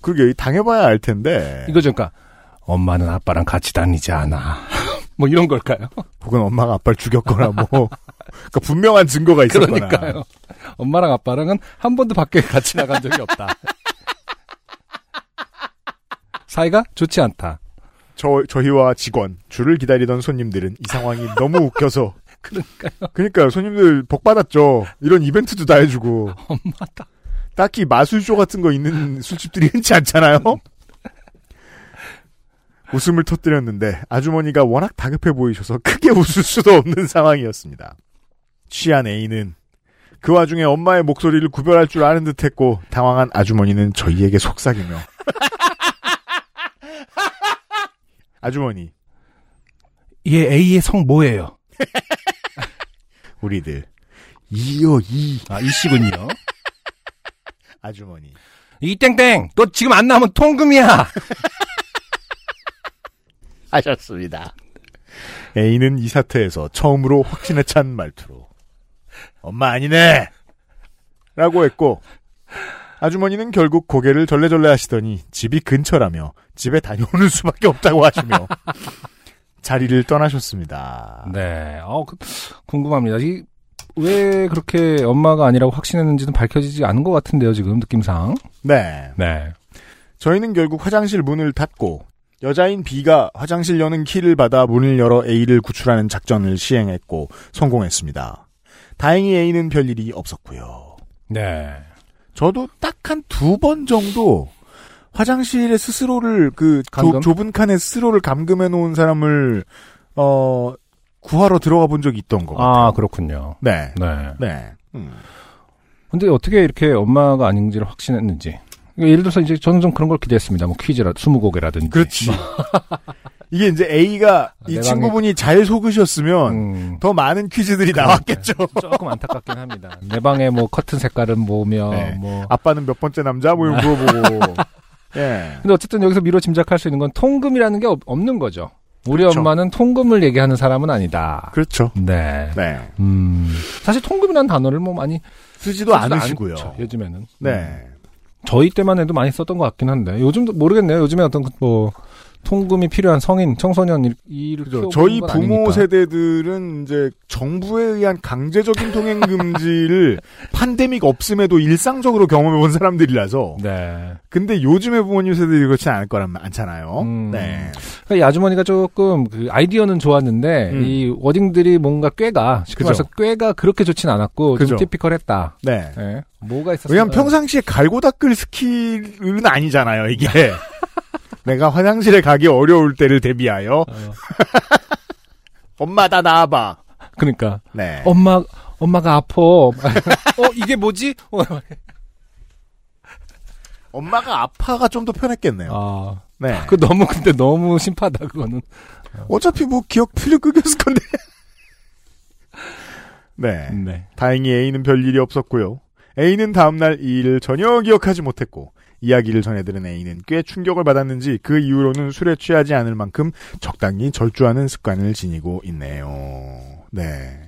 그러게 당해봐야 알 텐데.
이거죠, 그러니까 엄마는 아빠랑 같이 다니지 않아. 뭐 이런 걸까요?
혹은 엄마가 아빠를 죽였거나 뭐. 그러니까 분명한 증거가 있었거나.
그러니까요. 엄마랑 아빠랑은 한 번도 밖에 같이 나간 적이 없다. 사이가 좋지 않다.
저 저희와 직원 줄을 기다리던 손님들은 이 상황이 너무 웃겨서.
그러니까요.
그러니까 손님들 복 받았죠. 이런 이벤트도 다 해주고.
엄마다.
딱히 마술쇼 같은 거 있는 술집들이 흔치 않잖아요. 웃음을 터뜨렸는데 아주머니가 워낙 다급해 보이셔서 크게 웃을 수도 없는 상황이었습니다. 취한 A는 그 와중에 엄마의 목소리를 구별할 줄 아는 듯했고 당황한 아주머니는 저희에게 속삭이며 아주머니
얘 A의 성 뭐예요?
우리들 이요 이.
아, 이씨군요.
아주머니
이 땡땡, 너 지금 안 나오면 통금이야.
하셨습니다. A는 이 사태에서 처음으로 확신에 찬 말투로 엄마 아니네 라고 했고 아주머니는 결국 고개를 절레절레 하시더니 집이 근처라며 집에 다녀오는 수밖에 없다고 하시며 자리를 떠나셨습니다.
네. 어, 그- 궁금합니다. 이, 왜 그렇게 엄마가 아니라고 확신했는지는 밝혀지지 않은 것 같은데요, 지금 느낌상.
네.
네.
저희는 결국 화장실 문을 닫고 여자인 B가 화장실 여는 키를 받아 문을 열어 A를 구출하는 작전을 시행했고 성공했습니다. 다행히 A는 별일이 없었고요.
네.
저도 딱 한 두 번 정도 화장실에 스스로를 그
감금?
좁, 은 칸에 스스로를 감금해 놓은 사람을 어 구하러 들어가 본 적이 있던 거.
아, 그렇군요.
네.
네.
네. 음.
근데 어떻게 이렇게 엄마가 아닌지를 확신했는지. 그러니까 예를 들어서 이제 저는 좀 그런 걸 기대했습니다. 뭐 퀴즈라, 스무고개라든지. 아,
그렇지. 이게 이제 A가 이
내방에- 음.
친구분이 잘 속으셨으면 더 많은 퀴즈들이 나왔겠죠.
조금 안타깝긴 합니다. 내 방에 뭐 커튼 색깔은 뭐며,
네.
뭐.
아빠는 몇 번째 남자 뭐 이런 거 물어보고. 예.
근데 어쨌든 여기서 미로 짐작할 수 있는 건 통금이라는 게 없- 없는 거죠. 우리
그렇죠.
엄마는 통금을 얘기하는 사람은 아니다.
그렇죠.
네.
네.
음. 사실 통금이라는 단어를 뭐 많이
쓰지도 않으시고요.
않죠, 요즘에는. 음.
네.
저희 때만 해도 많이 썼던 것 같긴 한데 요즘도 모르겠네요. 요즘에 어떤 그 뭐 통금이 필요한 성인 청소년 일을 키워보는
저희
건
부모
아니니까.
세대들은 이제 정부에 의한 강제적인 통행 금지를 팬데믹 없음에도 일상적으로 경험해 본 사람들이라서.
네.
근데 요즘의 부모님 세대들이 그렇지 않을 거란 말- 않잖아요. 네.
그러니까 이 아주머니가 조금 그 아이디어는 좋았는데
음.
이 워딩들이 뭔가 꽤가 쉽게
그죠.
말해서 꽤가 그렇게 좋진 않았고
그죠.
좀 티피컬했다.
네.
예. 뭐가 있었어요?
왜냐면 평상시에 갈고 닦을 스킬은 아니잖아요, 이게. 내가 화장실에 가기 어려울 때를 대비하여.
어.
엄마, 나 나와봐.
그러니까
네.
엄마 엄마가 아파. 어 이게 뭐지?
엄마가 아파가 좀 더 편했겠네요.
아.
네.
그 너무 근데 너무 심파다 그거는.
어차피 뭐 기억 필요 끊겼을 건데. 네. 다행히 A는 별 일이 없었고요. A는 다음날 이 일을 전혀 기억하지 못했고 이야기를 전해들은 A는 꽤 충격을 받았는지 그 이후로는 술에 취하지 않을 만큼 적당히 절주하는 습관을 지니고 있네요. 네.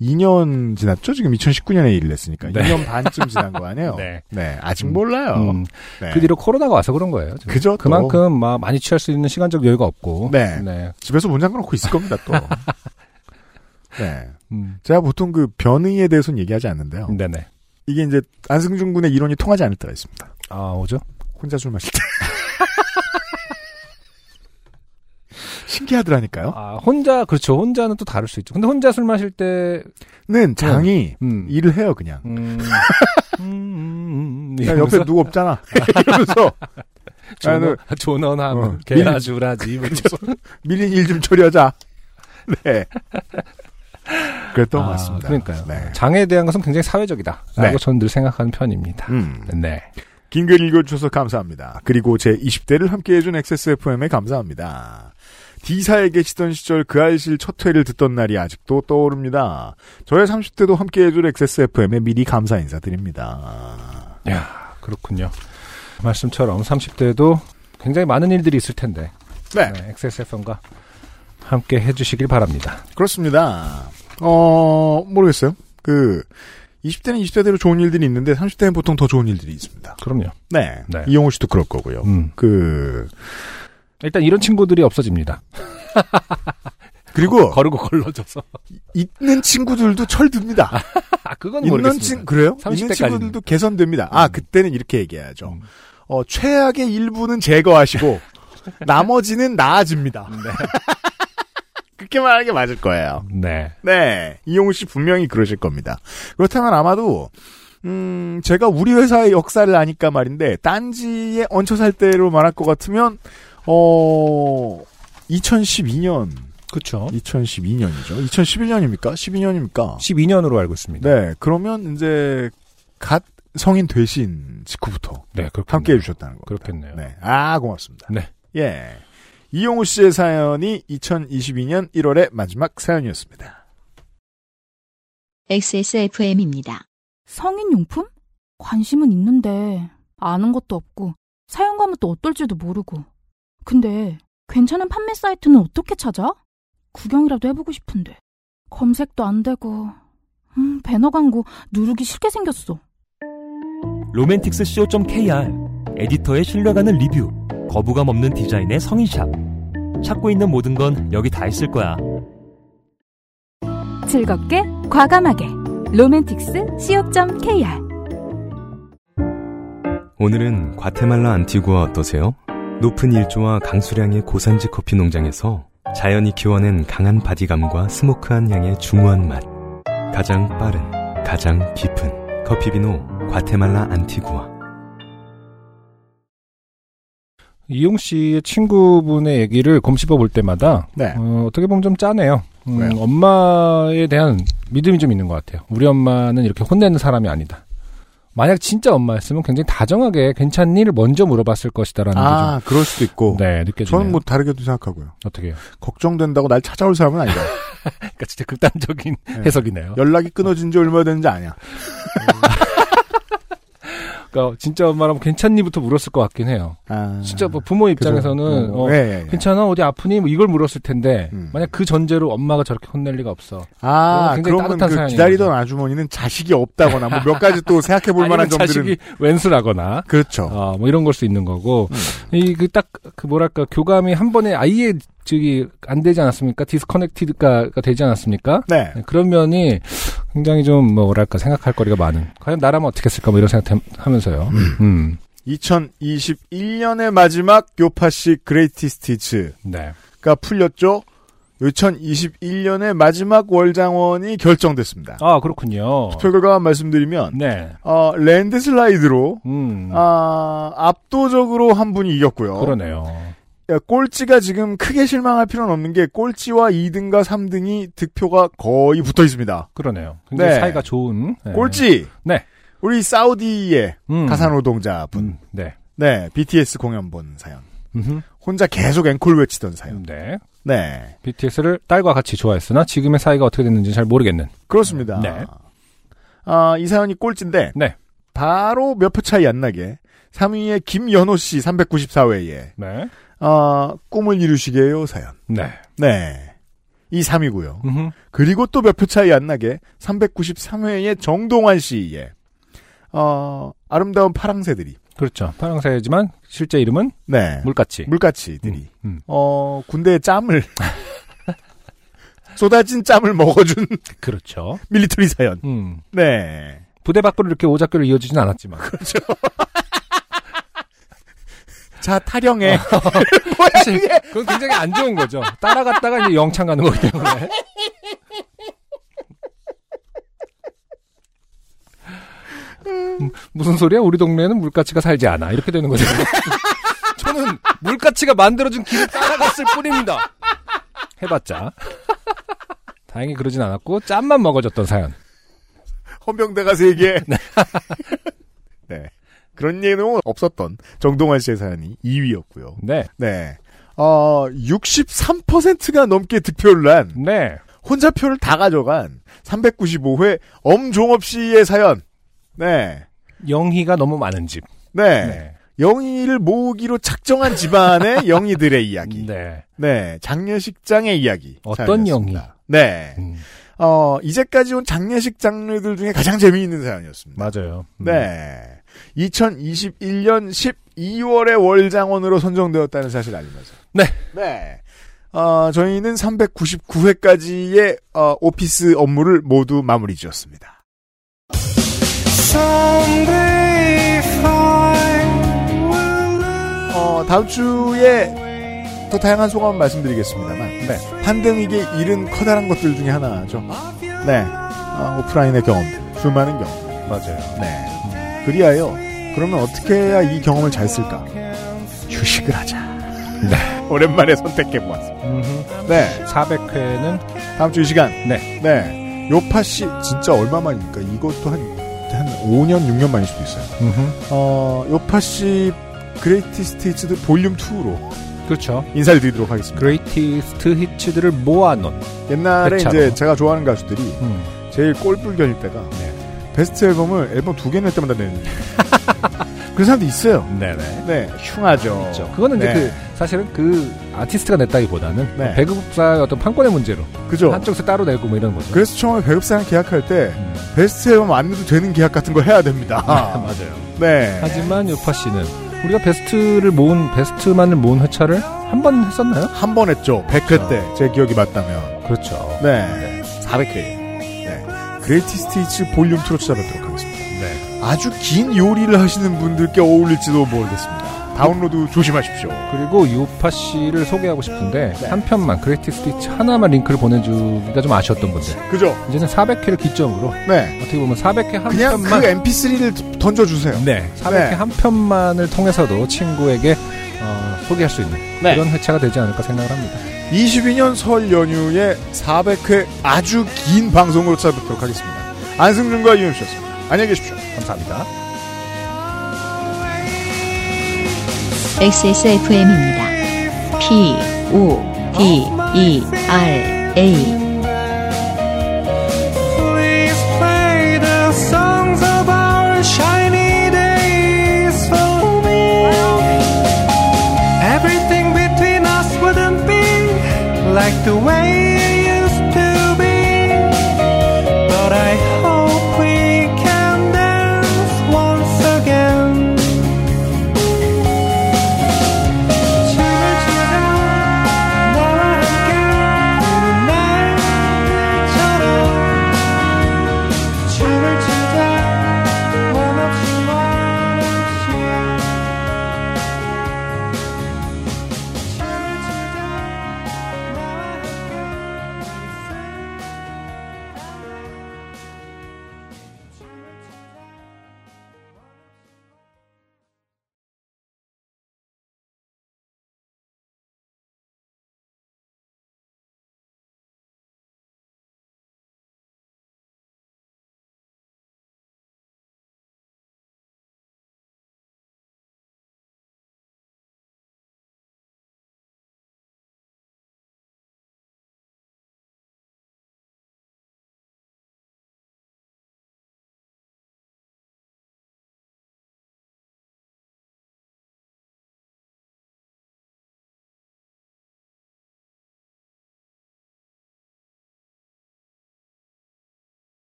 2년 지났죠? 지금 2019년에 일을 했으니까.
네.
2년 반쯤 지난 거 아니에요?
네.
아직 몰라요.
음.
네.
그 뒤로 코로나가 와서 그런 거예요. 지금.
그죠, 또.
그만큼 막 많이 취할 수 있는 시간적 여유가 없고.
네.
네.
집에서 문 잠궈놓고 있을 겁니다, 또. 네.
음.
제가 보통 그 변의에 대해서는 얘기하지 않는데요.
네네.
이게 이제 안승준 군의 이론이 통하지 않을 때가 있습니다.
아, 오죠?
혼자 술 마실 때. 신기하더라니까요.
아, 혼자 그렇죠. 혼자는 또 다를 수 있죠. 근데 혼자 술 마실 음. 때는
장이
네.
일을 해요, 그냥.
음.
야, 옆에 누구 없잖아. 이러면서.
존, 존언하면 개라주라지. 뭐
밀린 일 좀 처리하자. 네. 그랬던
아,
것 같습니다.
그러니까요. 장애에 대한 것은 굉장히 사회적이다.
네.
라고 저는 늘 생각하는 편입니다.
음.
네.
긴 글 읽어주셔서 감사합니다. 그리고 제 20대를 함께해준 XSFM에 감사합니다. D사에 계시던 시절 그 알실 첫 회를 듣던 날이 아직도 떠오릅니다. 저의 30대도 함께해준 XSFM에 미리 감사 인사드립니다.
야 그렇군요. 말씀처럼 30대에도 굉장히 많은 일들이 있을 텐데.
네.
XSFM과 함께 해주시길 바랍니다.
그렇습니다. 어, 모르겠어요. 그, 20대는 20대대로 좋은 일들이 있는데 30대는 보통 더 좋은 일들이 있습니다.
그럼요.
네.
네.
이용호 씨도 그럴 거고요. 그,
일단 이런 친구들이 없어집니다.
그리고
거르고 걸러져서.
있는 친구들도 철듭니다.
아, 그건
있는
모르겠습니다.
친 그래요?
30대까지는. 음.
있는 친구들도 개선됩니다. 아 그때는 이렇게 얘기해야죠. 어, 최악의 일부는 제거하시고 나머지는 나아집니다. 그렇게 말하는 게 맞을 거예요.
네.
네, 이용우 씨 분명히 그러실 겁니다. 그렇다면 아마도 음, 제가 우리 회사의 역사를 아니까 말인데 딴지에 얹혀 살 때로 말할 것 같으면 어 2012년
그렇죠.
2012년이죠. 2011년입니까? 12년입니까?
12년으로 알고 있습니다.
네, 그러면 이제 갓 성인 되신 직후부터
네,
함께 해주셨다는 겁니다.
그렇겠네요.
네, 아 고맙습니다.
네.
예, 이용우 씨의 사연이 2022년 1월의 마지막 사연이었습니다.
XSFM입니다.
성인용품? 관심은 있는데 아는 것도 없고 사용감은 또 어떨지도 모르고 근데 괜찮은 판매 사이트는 어떻게 찾아? 구경이라도 해보고 싶은데 검색도 안 되고 음, 배너 광고 누르기 싫게 생겼어
로맨틱스 co.kr 에디터의 신뢰가는 리뷰 거부감 없는 디자인의 성인샵 찾고 있는 모든 건 여기 다 있을 거야
즐겁게 과감하게 로맨틱스 co.kr
오늘은 과테말라 안티구아 어떠세요? 높은 일조와 강수량의 고산지 커피 농장에서 자연이 키워낸 강한 바디감과 스모크한 향의 중후한 맛. 가장 빠른, 가장 깊은 커피비노 과테말라 안티구아.
이용 씨의 친구분의 얘기를 곰씹어 볼 때마다
네.
어, 떻게 보면 좀 짜네요. 음, 엄마에 대한 믿음이 좀 있는 것 같아요. 우리 엄마는 이렇게 혼내는 사람이 아니다. 만약 진짜 엄마였으면 굉장히 다정하게 괜찮니를 먼저 물어봤을 것이다라는
아, 그럴 수도 있고.
네, 느껴지네요.
저는 뭐 다르게도 생각하고요.
어떻게요?
걱정된다고 날 찾아올 사람은 아니다.
그러니까 진짜 극단적인 해석이네요.
연락이 끊어진 지 얼마 되는지 아냐.
그러니까 진짜 엄마라면 괜찮니부터 물었을 것 같긴 해요.
아,
진짜 뭐 부모 입장에서는
그죠. 어,
어,
예, 예.
괜찮아 어디 아프니 뭐 이걸 물었을 텐데
음.
만약 그 전제로 엄마가 저렇게 혼낼 리가 없어.
아,
그건 굉장히
그러면
따뜻한
그
사연이에요.
기다리던 아주머니는 자식이 없다거나 뭐 몇 가지 또 생각해 볼 만한
아니면 자식이
점들은
왼수라거나
그렇죠.
뭐 이런 걸 수 있는 거고
음.
이 그 딱 그 뭐랄까 교감이 한 번에 아예 저기 안 되지 않았습니까? 디스커넥티드가 되지 않았습니까?
네.
그런 면이 굉장히 좀 뭐랄까 생각할 거리가 많은. 과연 나라면 어떻게 했을까 뭐 이런 생각하면서요. 음.
2021년의 마지막 요파시 그레이티스티츠.
네.
가 풀렸죠. 2021년의 마지막 월장원이 결정됐습니다.
아 그렇군요.
투표 결과 말씀드리면
네. 음.
어, 랜드슬라이드로 아, 압도적으로 한 분이 이겼고요.
그러네요.
야, 꼴찌가 지금 크게 실망할 필요는 없는 게 꼴찌와 2등과 3등이 득표가 거의 붙어 있습니다.
그러네요. 굉장히 사이가 좋은 네.
꼴찌.
네.
우리 사우디의
음.
가사 노동자분.
네.
네. BTS 공연 본 사연. 혼자 계속 앵콜 외치던 사연.
네.
네.
BTS를 딸과 같이 좋아했으나 지금의 사이가 어떻게 됐는지 잘 모르겠는.
그렇습니다.
네.
아, 이 사연이 꼴찌인데.
네.
바로 몇 표 차이 안 나게 3위의 김연호 씨 394회에
네.
아, 꿈을 이루시게요 사연.
네.
네. 이 3위고요.
음흠.
그리고 또 몇 표 차이 안 나게 393회의 정동환 씨의 어, 아름다운 파랑새들이
그렇죠. 파랑새지만 실제 이름은
네.
물같이.
물같이들이
음,
어, 군대의 짬을 쏟아진 짬을 먹어준
그렇죠.
밀리터리 사연.
음.
네.
부대 밖으로 이렇게 오작교로 이어지진 않았지만.
그렇죠. 자,
어.
타령해.
사실 그건 굉장히 안 좋은 거죠. 따라갔다가 이제 영창 가는 거기 때문에. 음, 무슨 소리야? 우리 동네에는 물가치가 살지 않아. 이렇게 되는 거죠. 저는 물가치가 만들어준 길을 따라갔을 뿐입니다. 해봤자. 다행히 그러진 않았고, 짬만 먹어줬던 사연.
헌병대 가서 얘기해. 네. 그런 얘기는 없었던 정동환 씨의 사연이 2위였고요.
네.
네. 어, 63%가 넘게 득표를 난.
네.
혼자 표를 다 가져간 395회 엄종업 씨의 사연. 네.
영희가 너무 많은 집.
네. 영희를 모으기로 착정한 집안의 영희들의 이야기.
네.
장례식장의 이야기.
어떤 영희?
네.
음,
어, 이제까지 온 장례식 장르들 중에 가장 재미있는 사연이었습니다.
맞아요. 음.
네. 2021년 12월에 월장원으로 선정되었다는 사실 알면서.
네.
네. 어, 저희는 399회까지의 어, 오피스 업무를 모두 마무리 지었습니다. 어, 다음 주에 더 다양한 소감 말씀드리겠습니다만, 네. 팬데믹의 잃은 커다란 것들 중에 하나죠. 네. 어, 오프라인의 경험들, 수많은 경험.
맞아요.
네. 그리하여, 그러면 어떻게 해야 이 경험을 잘 쓸까? 휴식을 하자. 네. 오랜만에 선택해보았습니다. 네.
400회는
다음 주 이 시간.
네.
네. 요파씨, 진짜 얼마만입니까? 이것도 한, 한 5년, 6년 만일 수도 있어요. 어, 요파씨 그레이티스트 히츠들 볼륨 2로
그렇죠.
인사를 드리도록 하겠습니다.
그레이티스트 히츠들을 모아놓은
옛날에
회차로. 음.
이제 제가 좋아하는 가수들이 제일 꼴불견일 때가
네.
베스트 앨범을 앨범 두 개 낼 때마다 내는 그런 사람도 있어요.
네네.
네, 흉하죠.
있죠. 그거는 이제
네.
그 사실은 그 아티스트가 냈다기보다는
네.
배급사의 어떤 판권의 문제로
그죠.
한쪽에서 음. 따로 내고 뭐 이런 거죠.
그래서 처음에 배급사랑 계약할 때 베스트 앨범 안 내도 되는 계약 같은 걸 해야 됩니다.
맞아요.
네.
하지만 요파 씨는 우리가 베스트를 모은 베스트만을 모은 회차를 한 번 했었나요?
한 번 했죠. 100회
아.
때 제 기억이 맞다면.
그렇죠.
네. 400회. 네. 그레이티스트 히츠 볼륨 2로 찾아뵙도록 하겠습니다.
네.
아주 긴 요리를 하시는 분들께 어울릴지도 모르겠습니다. 다운로드 조심하십시오.
그리고 요파 씨를 소개하고 싶은데
네.
한 편만 그레이티스트 히츠 하나만 링크를 보내주기가 좀 아쉬웠던 분들.
그죠?
이제는 400회를 기점으로
네.
어떻게 보면 400회 한
그냥
편만
그 MP3를 던져주세요.
네. 400회 한 편만을 통해서도 친구에게 어, 소개할 수 있는 그런 회차가 되지 않을까 생각을 합니다.
22년 설 연휴에 400회 아주 긴 방송으로 찾아뵙도록 하겠습니다. 안승준과 유엠씨였습니다. 안녕히 계십시오.
감사합니다.
XSFM입니다. P, O, D, E, R, A.
Please play the songs of our shiny days.
like the way you used to be, but I